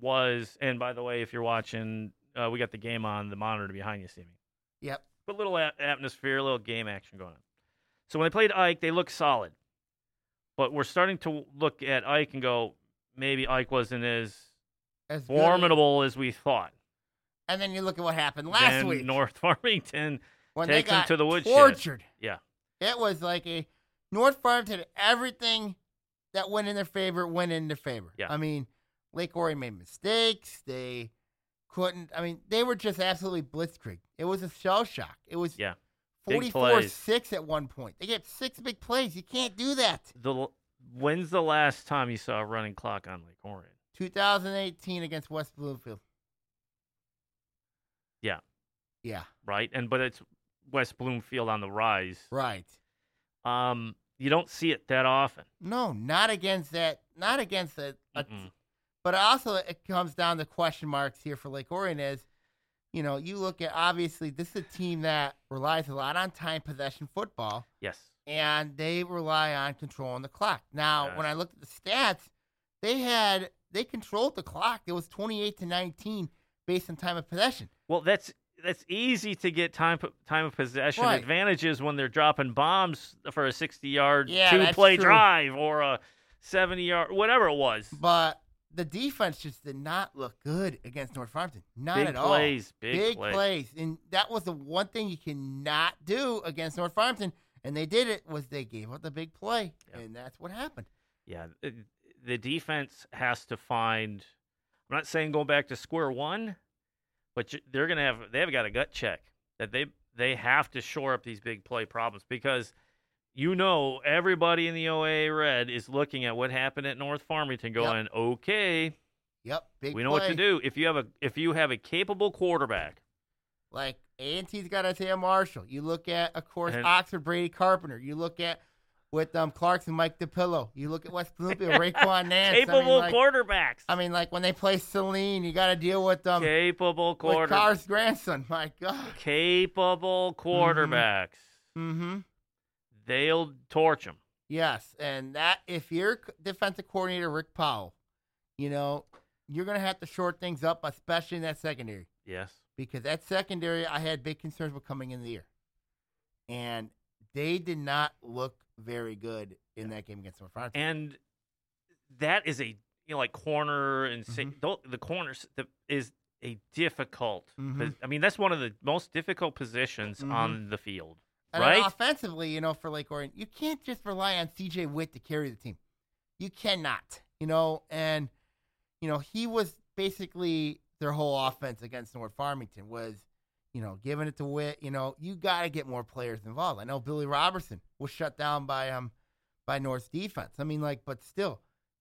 was, and by the way, if you're watching, uh, we got the game on the monitor behind you, see me.
Yep.
But little a- atmosphere, little game action going on. So when they played Ike, they looked solid, but we're starting to look at Ike and go, maybe Ike wasn't as
As good-
formidable as we thought.
And then you look at what happened last
Then
week
North Farmington.
when
takes
they
them
got
to the woodshed.
tortured.
Yeah.
It was like a North Farmington. Everything that went in their favor went in their favor.
Yeah.
I mean, Lake Orion made mistakes. They couldn't. I mean, they were just absolutely blitzkrieg. It was a shell shock. It was
Yeah. Big
forty-four
plays.
six at one point. They get six big plays. You can't do that.
The l- when's the last time you saw a running clock on Lake Orion?
2018 against West Bloomfield.
Yeah.
Yeah.
Right, and but it's West Bloomfield on the rise.
Right.
Um, you don't see it that often.
No, not against that. Not against that. a-
Mm-mm.
But also, it comes down to question marks here for Lake Orion. Is you know, you look at obviously this is a team that relies a lot on time possession football,
Yes.
and they rely on controlling the clock. Now,
Yes.
when I looked at the stats, they had they controlled the clock. It was twenty eight to nineteen based on time of possession.
Well, that's that's easy to get time po- time of possession
Right.
advantages when they're dropping bombs for a sixty yard
Yeah,
two
that's
play
true.
drive or a seventy yard whatever it was.
But the defense just did not look good against North Farmington. Not
big
at all.
plays, big,
Big
plays.
plays. And that was the one thing you cannot do against North Farmington. And they did it was they gave up the big play.
Yeah.
And that's what happened.
Yeah, it- the defense has to find. I'm not saying going back to square one, but you- they're gonna have they've got a gut check that they they have to shore up these big play problems because you know everybody in the OAA red is looking at what happened at North Farmington,
Yep.
going, okay,
Yep. Big
we know what to
play.
do. If you have a if you have a capable quarterback,
Like A&T's got Isaiah Marshall. You look at, of course,
And-
Oxford Brady Carpenter. You look at with um, Clarkson, Mike DePillo. You look at West Bloomfield, Raquan Nance.
capable
I mean, like,
quarterbacks,
I mean, like when they play Celine, you got to deal with um,
capable
with
quarter,
Carr's grandson. My God.
capable quarterbacks,
Mm-hmm.
they'll torch them.
Yes, and that if you're c- defensive coordinator Rick Powell, you know you're going to have to short things up, especially in that secondary,
Yes.
because that secondary I had big concerns with coming in the year, and they did not look very good in that game against North Farmington.
and that is a you know like corner and sa-
Mhm.
tho- the corners the, is a difficult. pos-
Mhm.
I mean, that's one of the most difficult positions
Mhm.
on the field.
And
right?
offensively, you know, for Lake Orion, you can't just rely on CJ Witt to carry the team. You cannot, you know, and you know he was basically their whole offense against North Farmington was, you know, giving it to Witt. You know, you got to get more players involved. I know Billy Robertson was shut down by um by North's defense. I mean, like, but still,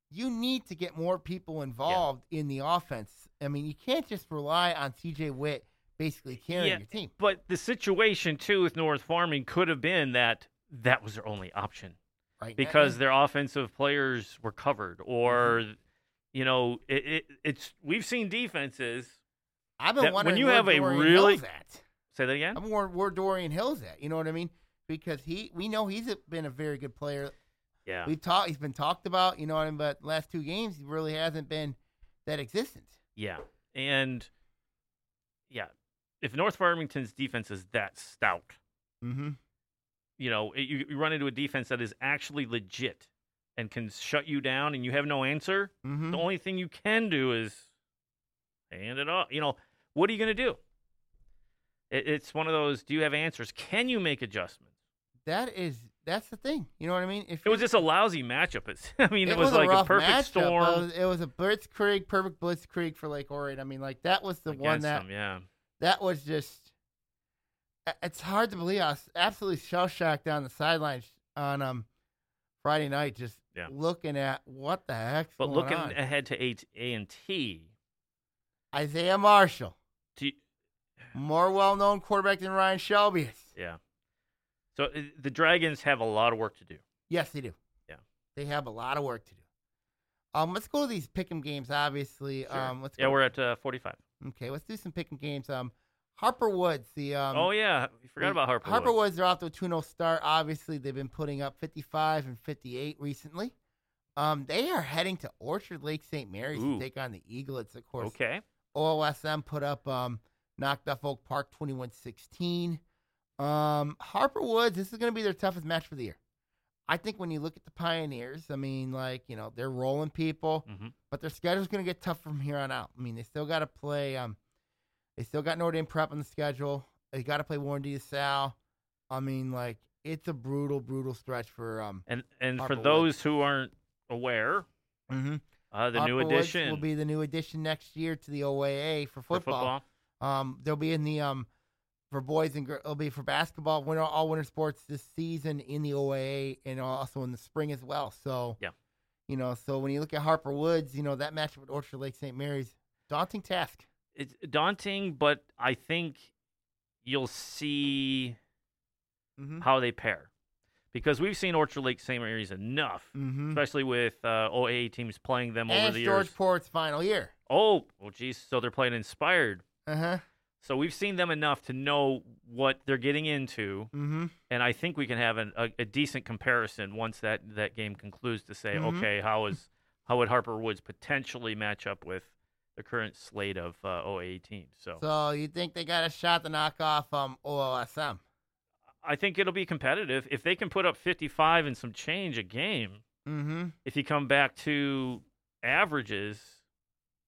you need to get more people involved in the offense. I mean, you can't just rely on CJ Witt basically carrying
Yeah.
your team.
But the situation too with North Farming could have been that that was their only option
Right now.
because their offensive players were covered, or you know, it, it, it's we've seen defenses
I've been
that- when
wondering
you
where
have a
Dorian
really-
Hill's at.
say that again.
I'm where, where Dorian Hill's at. You know what I mean? Because he, we know he's a- been a very good player.
yeah,
We've talked, he's been talked about. You know what I mean? But last two games, he really hasn't been that existent.
yeah, and yeah. If North Farmington's defense is that stout,
Mm-hmm.
you know, it, you, you run into a defense that is actually legit and can shut you down and you have no answer,
Mm-hmm.
the only thing you can do is hand it off. You know, what are you going to do? It, it's one of those do you have answers? Can you make adjustments?
That is, that's the thing. You know what I mean? If
It was
you-
just a lousy matchup. It's, I mean, it,
it
was, like a
rough
perfect
matchup.
storm
It was, it was a blitzkrieg, perfect blitzkrieg for Lake Orion. I mean, like that was the one
against
that
them. Yeah.
that was just I- it's hard to believe i was absolutely shell shocked down the sidelines on um friday night just
Yeah.
looking at what the heck
But
going
looking
on.
ahead to eight A and T,
isaiah marshall
do you,
more well-known quarterback than ryan shelby is.
yeah. So uh, the Dragons have a lot of work to do.
yes they do
Yeah.
they have a lot of work to do um let's go to these pick'em games obviously um let's
yeah,
go
we're at uh, 45.
okay let's do some pick'em games um Harper Woods, the um,
oh yeah, you forgot about Harper.
Harper
Woods.
Woods are off to a 2 0 start. Obviously, they've been putting up 55 and 58 recently. Um, they are heading to Orchard Lake St. Mary's
Ooh.
to take on the Eaglets, of course.
Okay.
OLSM put up, um, knocked off Oak Park 21 16. Um, Harper Woods, this is going to be their toughest match for the year. I think when you look at the Pioneers, I mean, like, you know, they're rolling people,
Mhm.
but their schedule's going to get tough from here on out. I mean, they still got to play, um, they still got Notre Dame prep on the schedule. They got to play Warren D. Sal. I mean, like, it's a brutal, brutal stretch for, um,
And and
Harper
for
Woods.
those who aren't aware,
mm-hmm.
uh, the new addition
will be the new addition next year to the OAA for
for
football. Um, they'll be in the um for boys and girls. It'll be for basketball, winter all winter sports this season in the OAA and also in the spring as well. So
Yeah.
you know, so when you look at Harper Woods, you know that matchup with Orchard Lake St. Mary's, daunting task.
It's daunting, but I think you'll see
Mm-hmm.
how they pair because we've seen Orchard Lake St. Mary's enough,
Mm-hmm.
especially with uh, OAA teams playing them over
And
the
George
years.
Port's final year.
Oh, well, geez, so they're playing inspired.
Uh huh.
So we've seen them enough to know what they're getting into,
Mm-hmm.
and I think we can have an, a, a decent comparison once that, that game concludes to say,
Mhm.
okay, how is how would Harper Woods potentially match up with the current slate of uh, OAA teams? So,
So you think they got a shot to knock off um OLSM?
I think it'll be competitive if they can put up 55 and some change a game.
Mm-hmm.
If you come back to averages,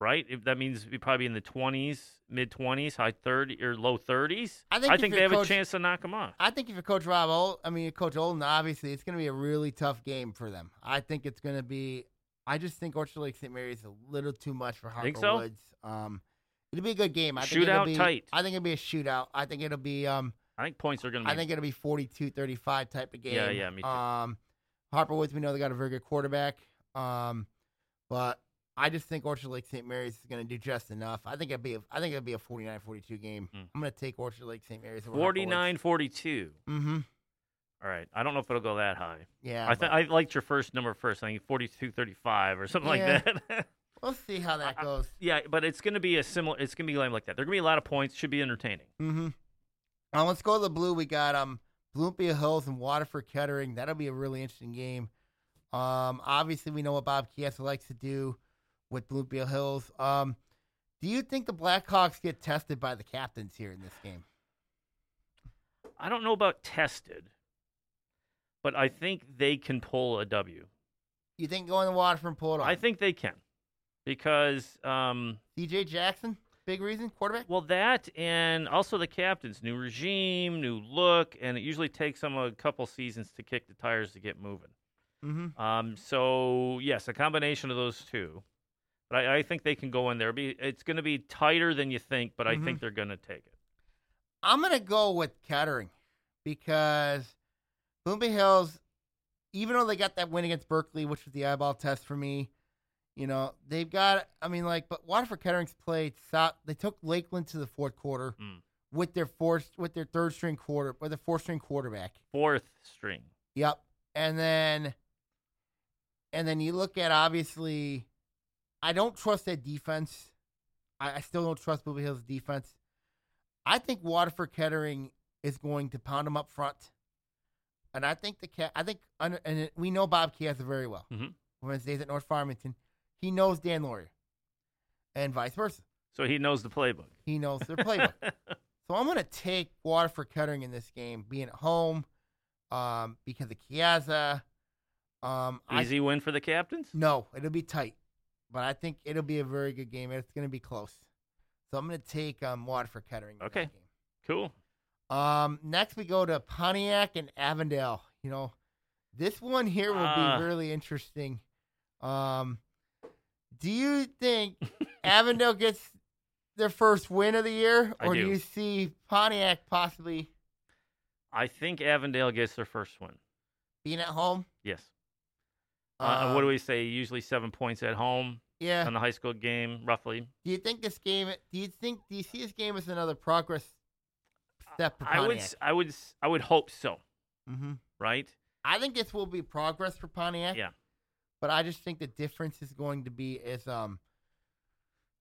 right? If that means we probably in the 20s, mid 20s, high 30 or low 30s.
I think if
they
you're
have
coach-
a chance to knock them off.
I think if you're Coach Rob, Ol- I mean you're Coach Olden, obviously it's going to be a really tough game for them. I think it's going to be. I just think Orchard Lake St. Mary's a little too much for Harper
Think so?
Woods. Um, it'll be a good game. I think it'll
Shootout
be,
tight.
I think it'll be a shootout. I think it'll be. Um,
I think points are going to be
I think it'll be 42-35 type of game.
Yeah, yeah, me too.
Um, Harper Woods, we know they got a very good quarterback. Um, but I just think Orchard Lake St. Mary's is going to do just enough. I think it'll be. A, I think it'll be a 49-42 game.
Mm.
I'm going to take Orchard Lake St. Mary's.
49 42.
Mm-hmm.
All right. I don't know if it'll go that high.
Yeah.
I
but-
th- I liked your first number first. I think 42 35 or something
Yeah.
like that.
We'll see how that
I- I-
goes.
yeah, but it's going to be a similar it's going to be a game like that. There're going to be a lot of points, should be entertaining.
Mm-hmm. Uh, let's go to the blue. We got um Bloomfield Hills and Waterford Kettering. That'll be a really interesting game. Um, obviously we know what Bob Chiesa likes to do with Bloomfield Hills. Um, do you think the Blackhawks get tested by the captains here in this game?
I don't know about tested, but I think they can pull a W.
You think going to Waterford and pull it off?
I think they can because, um,
DJ Jackson, big reason, quarterback.
well, that and also the captain's new regime, new look, and it usually takes them a couple seasons to kick the tires to get moving.
Mm-hmm.
Um, so yes, a combination of those two. But I, I think they can go in there. Be it's going to be tighter than you think, but I
Mhm.
think they're going to take it.
I'm gonna go with Kettering because Bloomfield Hills, even though they got that win against Berkeley, which was the eyeball test for me, you know they've got. I mean, like, but Waterford Kettering's played. So, they took Lakeland to the fourth quarter
Mm.
with their fourth, with their third string quarter, with their fourth string quarterback.
Fourth string.
Yep. And then and then you look at obviously I don't trust that defense. I, I still don't trust Booby Hill's defense. I think Waterford Kettering is going to pound them up front. And I think the cat I think under, and it- we know Bob Chiesa very well.
Mhm.
When he stays at North Farmington, he knows Dan Laurier. And vice versa.
So he knows the playbook.
He knows their playbook. So I'm going to take Waterford Kettering in this game, being at home, um, because of Chiesa. Um, I, Mm.
Easy win for the captains.
no, it'll be tight, but I think it'll be a very good game. It's going to be close. So I'm going to take um, Waterford Kettering. in
Okay.
this game.
Cool.
Um, next we go to Pontiac and Avondale. You know, this one here will
Ah.
be really interesting. Um, do you think Avondale gets their first win of the year,
I
or
do.
do you see Pontiac possibly?
I think Avondale gets their first one.
being at home.
Yes. Uh, what
Um, Eh.
do we Um, say? Usually seven points at home
Yeah.
on the high school game, roughly.
Do you think this game? Do you think? Do you see this game as another progress step for
I would,
Pontiac?
s- I would, s- I would hope so.
mm-hmm.
Right?
I think this will be progress for Pontiac.
Yeah.
But I just think the difference is going to be is um.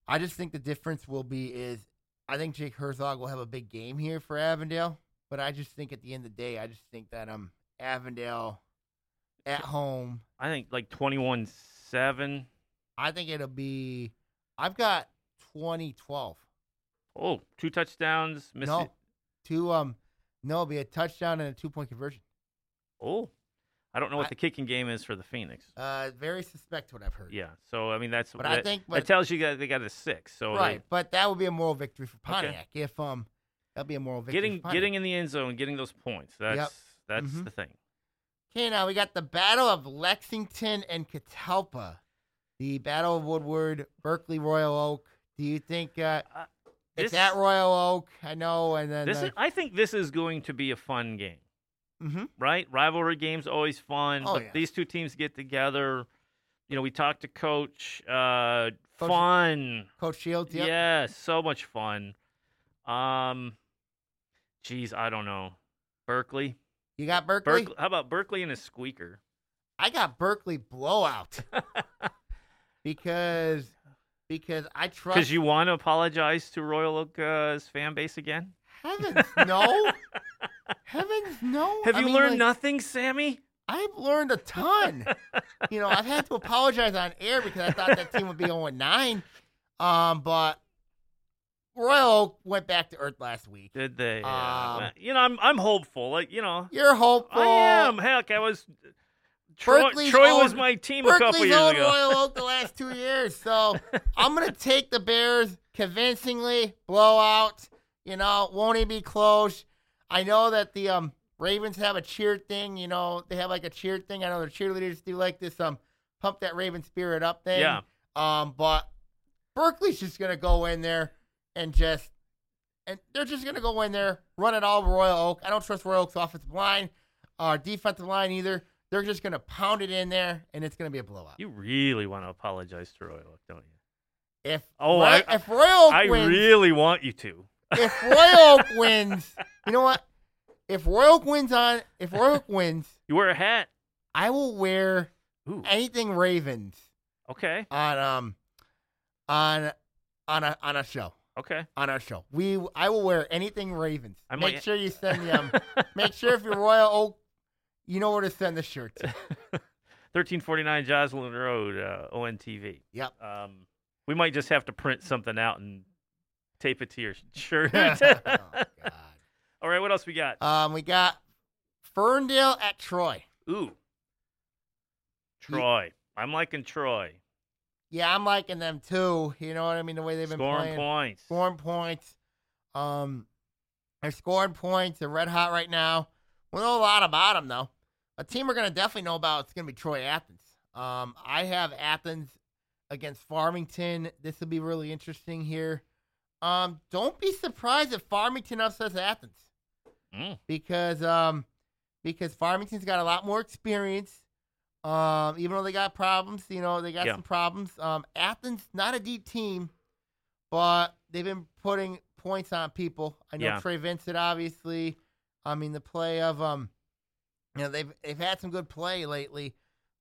I just think the difference will be is I think Jake Herzog will have a big game here for Avondale, but I just think at the end of the day, I just think that um Avondale at home,
I think like 21 7.
I think it'll be. I've got 2012.
Oh, two touchdowns. Missed
No, two um, no, it'll be a touchdown and a two point conversion.
Oh, I don't know what
I-
the kicking game is for the Phoenix.
Uh, very suspect what I've heard.
Yeah. So, I mean, that's
But
that,
I think- but-
that tells you that they got a six. So, they-
right. But that would be a moral victory for Pontiac if um, that'll be a moral victory.
getting
for Pontiac.
getting in the end zone, getting those points. That's that's
Mhm.
the thing.
Okay, now we got the Battle of Lexington and Catalpa, the Battle of Woodward, Berkeley, Royal Oak. Do you think uh,
Uh,
it's
this-
at Royal Oak? I know, and then
This
uh,
is, I think this is going to be a fun game,
mhm.
right? Rivalry games always fun.
Oh,
but
yeah.
These two teams get together. You know, we talked to coach. Uh,
Coach-
fun.
Coach Shields. Yep.
Yeah, so much fun. Um, geez, I don't know. Berkeley,
You got Berkeley.
Berkeley. How about Berkeley and a squeaker?
I got Berkeley blowout because because I trust
Because you want to apologize to Royal Oak's fan base again?
heavens no heavens no.
Have
I
you
mean,
learned
like,
nothing, Sammy?
I've learned a ton. you know, I've had to apologize on air because I thought that team would be on nine. Um, but Royal Oak went back to earth last week.
Did they? uh,
Um,
well, you know, I'm I'm hopeful. Like you know,
You're hopeful.
I am. Heck, I was. Troy,
Berkeley's
Troy was
own-
my team a couple
Berkeley's
years
owned
ago.
Royal Oak the last two years, so I'm gonna take the Bears convincingly blowout. You know, won't it be close? I know that the um Ravens have a cheer thing. You know, they have like a cheer thing. I know the cheerleaders do like this um pump that Raven spirit up thing.
Yeah.
Um, but Berkeley's just gonna go in there and just and they're just gonna go in there, run it all over Royal Oak. I don't trust Royal Oak's offensive line or defensive line either. They're just gonna pound it in there, and it's gonna be a blowout.
You really want to apologize to Royal Oak, don't you?
if
Oh,
Roy-
I-
if Royal Oak
I
wins,
really want you to.
if Royal Oak wins, you know what? If Royal Oak wins on, if Royal Oak wins,
You wear a hat.
I will wear
Ooh.
anything Ravens
Okay.
on um on on a on a show.
Okay.
on our show. We I will wear anything Ravens.
I
make
might-
sure you send the um, make sure if you're Royal Oak, you know where to send the shirt. To.
1349 Joslyn Road, uh, ONTV.
Yep.
Um, we might just have to print something out and tape it to your shirt.
Oh, God.
All right, what else we got?
Um, we got Ferndale at Troy.
Ooh. Troy. I'm liking Troy.
Yeah, I'm liking them too. You know what I mean? The way they've been
Scoring
playing,
points.
scoring points. Um, they're scoring points. They're red hot right now. We know a lot about them though. A team we're gonna definitely know about. It's gonna be Troy Athens. Um, I have Athens against Farmington. This will be really interesting here. Um, don't be surprised if Farmington upsets Athens
Mm.
because um, because Farmington's got a lot more experience. Um, even though they got problems, you know they got
Yeah.
some problems. Um, Athens not a deep team, but they've been putting points on people. I know
Yeah.
Trey Vincent, obviously. I mean the play of um, you know they've they've had some good play lately,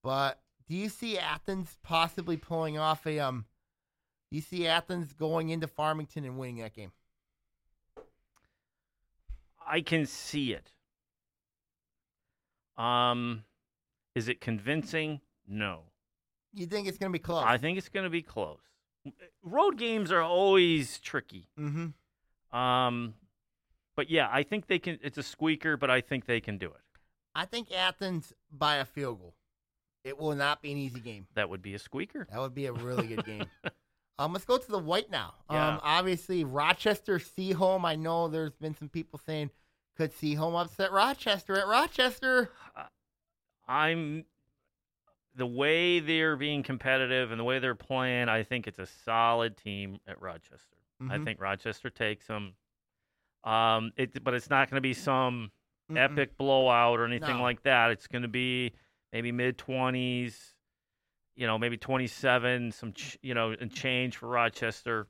but do you see Athens possibly pulling off a um? Do you see Athens going into Farmington and winning that game?
I can see it. Um, is it convincing? No.
You think it's going to be close?
I think it's going to be close. Road games are always tricky.
mm-hmm.
Um, but yeah, I think they can. It's a squeaker, but I think they can do it.
I think Athens by a field goal. It will not be an easy game.
That would be a squeaker.
That would be a really good game. Um, let's go to the white now.
Yeah.
Um, obviously Rochester Seaholm. I know there's been some people saying could Seaholm upset Rochester at Rochester.
I'm the way they're being competitive and the way they're playing. I think it's a solid team at Rochester. I
Mhm.
think Rochester takes them. Um, it, but it's not going to be some
Mm-mm.
epic blowout or anything
No.
like that. It's going to be maybe mid 20s, you know, maybe 27, some ch- you know, and change for Rochester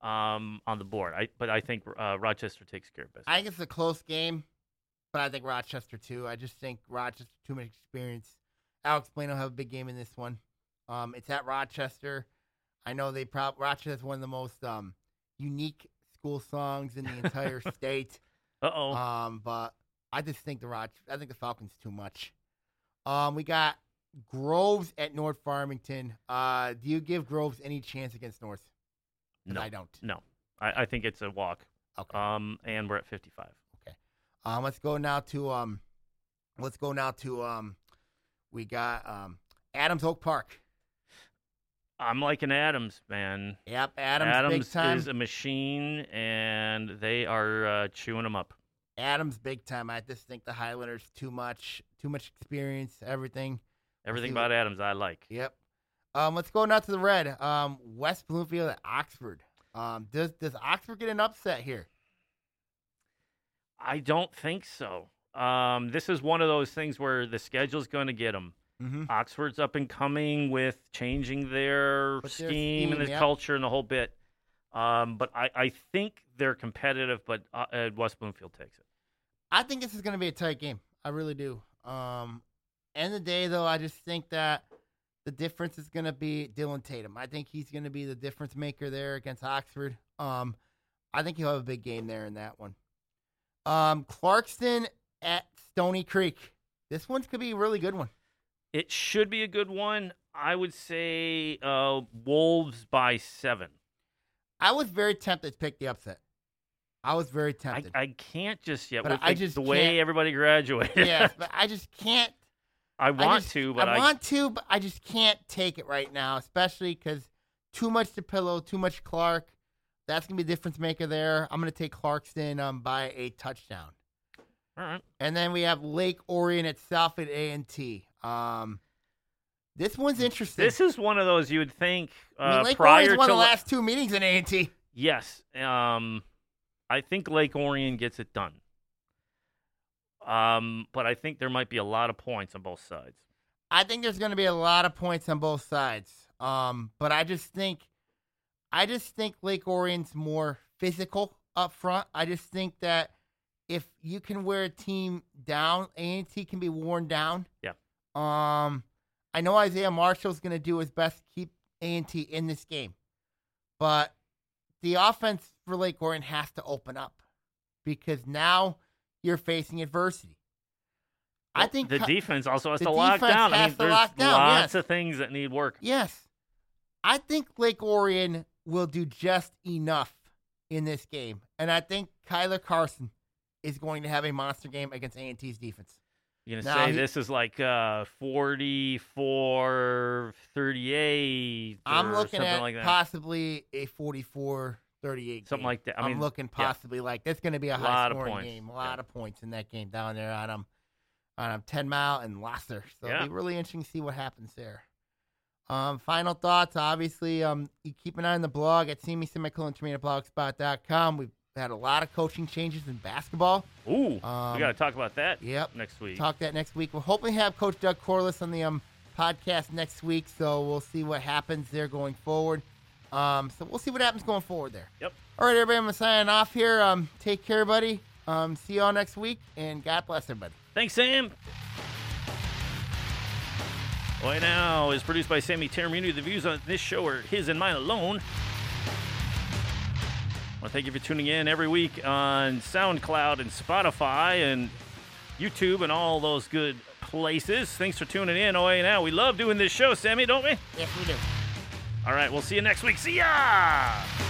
um, on the board. I but I think uh, Rochester takes care of business.
I think it's a close game, but I think Rochester too. I just think Rochester too much experience. Alex Blaine will have a big game in this one. Um, it's at Rochester. I know they prob Rochester is one of the most um, unique school songs in the entire state.
Uh oh.
Um, but I just think the Rod, I think the Falcons too much. Um, we got Groves at North Farmington. Uh, do you give Groves any chance against North? 'Cause
No.
I don't.
no, I, I think it's a walk.
Okay.
Um, and we're at 55.
Um, let's go now to um, let's go now to um, we got um, Adams Oak Park.
I'm liking Adams, man.
Yep, Adams, big time.
is a machine, and they are uh, chewing them up.
Adams big time. I just think the Highlanders too much, too much experience, everything.
Everything
see what-
about Adams, I like.
Yep. Um, let's go now to the red. Um, West Bloomfield at Oxford. Um, does does Oxford get an upset here?
I don't think so. Um, this is one of those things where the schedule's going to get them.
Mm-hmm.
Oxford's up and coming with changing their
With their
scheme, and
scheme,
their
yep.
culture and the whole bit. Um, but I, I think they're competitive, but uh, uh, West Bloomfield takes it.
I think this is going to be a tight game. I really do. Um, end of the day, though, I just think that the difference is going to be Dylan Tatum. I think he's going to be the difference maker there against Oxford. Um, I think he'll have a big game there in that one. Um, Clarkston at Stony Creek. This one could be a really good one.
It should be a good one. I would say uh, Wolves by seven.
I was very tempted to pick the upset. I was very
I,
tempted.
I can't just yet.
But
with
I
the,
just
the way
can't-
everybody graduated.
yes, but I just can't
I
I
want
just-
to, but I,
I, want to, but I just can't take it right now, especially because too much to pillow, too much Clark. That's gonna be the difference maker there. I'm gonna take Clarkston um, by a touchdown,
all right.
and then we have Lake Orion at Southfield A and T. Um, this one's interesting.
This is one of those you would think uh,
I mean, Lake
prior
Orion's
to
won the
la-
last two meetings in A and T.
Yes, um, I think Lake Orion gets it done. Um, but I think there might be a lot of points on both sides.
I think there's going to be a lot of points on both sides. Um, but I just think, I just think Lake Orion's more physical up front. I just think that if you can wear a team down, A and T can be worn down.
Yeah.
Um, I know Isaiah Marshall's going to do his best to keep A and T in this game, but the offense for Lake Orion has to open up because now you're facing adversity. I
Well,
think
the
Ky-
defense also has
the
to lock
defense
down. I
has
mean,
to
there's
lock down,
lots
yes.
of things that need work.
Yes. I think Lake Orion will do just enough in this game. And I think Kyler Carson is going to have a monster game against A&T's defense.
You're
Now
gonna say
he-
this is like uh, 44, 38.
I'm
or
looking
something
at
like that.
possibly a 44 38
Something like that. I mean,
am looking
yeah.
possibly like that's going to be a high
Lot of
scoring
points.
game. A lot
Yeah.
of points in that game down there on um, on um, 10 mile and Lasser. So
Yeah.
it'll be really interesting to see what happens there. Um, final thoughts. Obviously, um, you keep an eye on the blog at E cmcmclonterminablogspot.com. We've had a lot of coaching changes in basketball.
Ooh,
Um,
we got to talk about that
Yep.
next week.
Talk that next week. We'll hopefully have Coach Doug Corliss on the um, podcast next week, so we'll see what happens there going forward. Um, so we'll see what happens going forward there.
Yep.
All right, everybody, I'm gonna sign off here. Um, take care, buddy. Um, see you all next week, and God bless everybody.
Thanks, Sam. Right now is produced by Sammy Terramini. The views on this show are his and mine alone. I want to thank you for tuning in every week on SoundCloud and Spotify and YouTube and all those good places. Thanks for tuning in. Oh, hey, now we love doing this show, Sammy, don't we?
Yes, we do.
All right, we'll see you next week. See ya!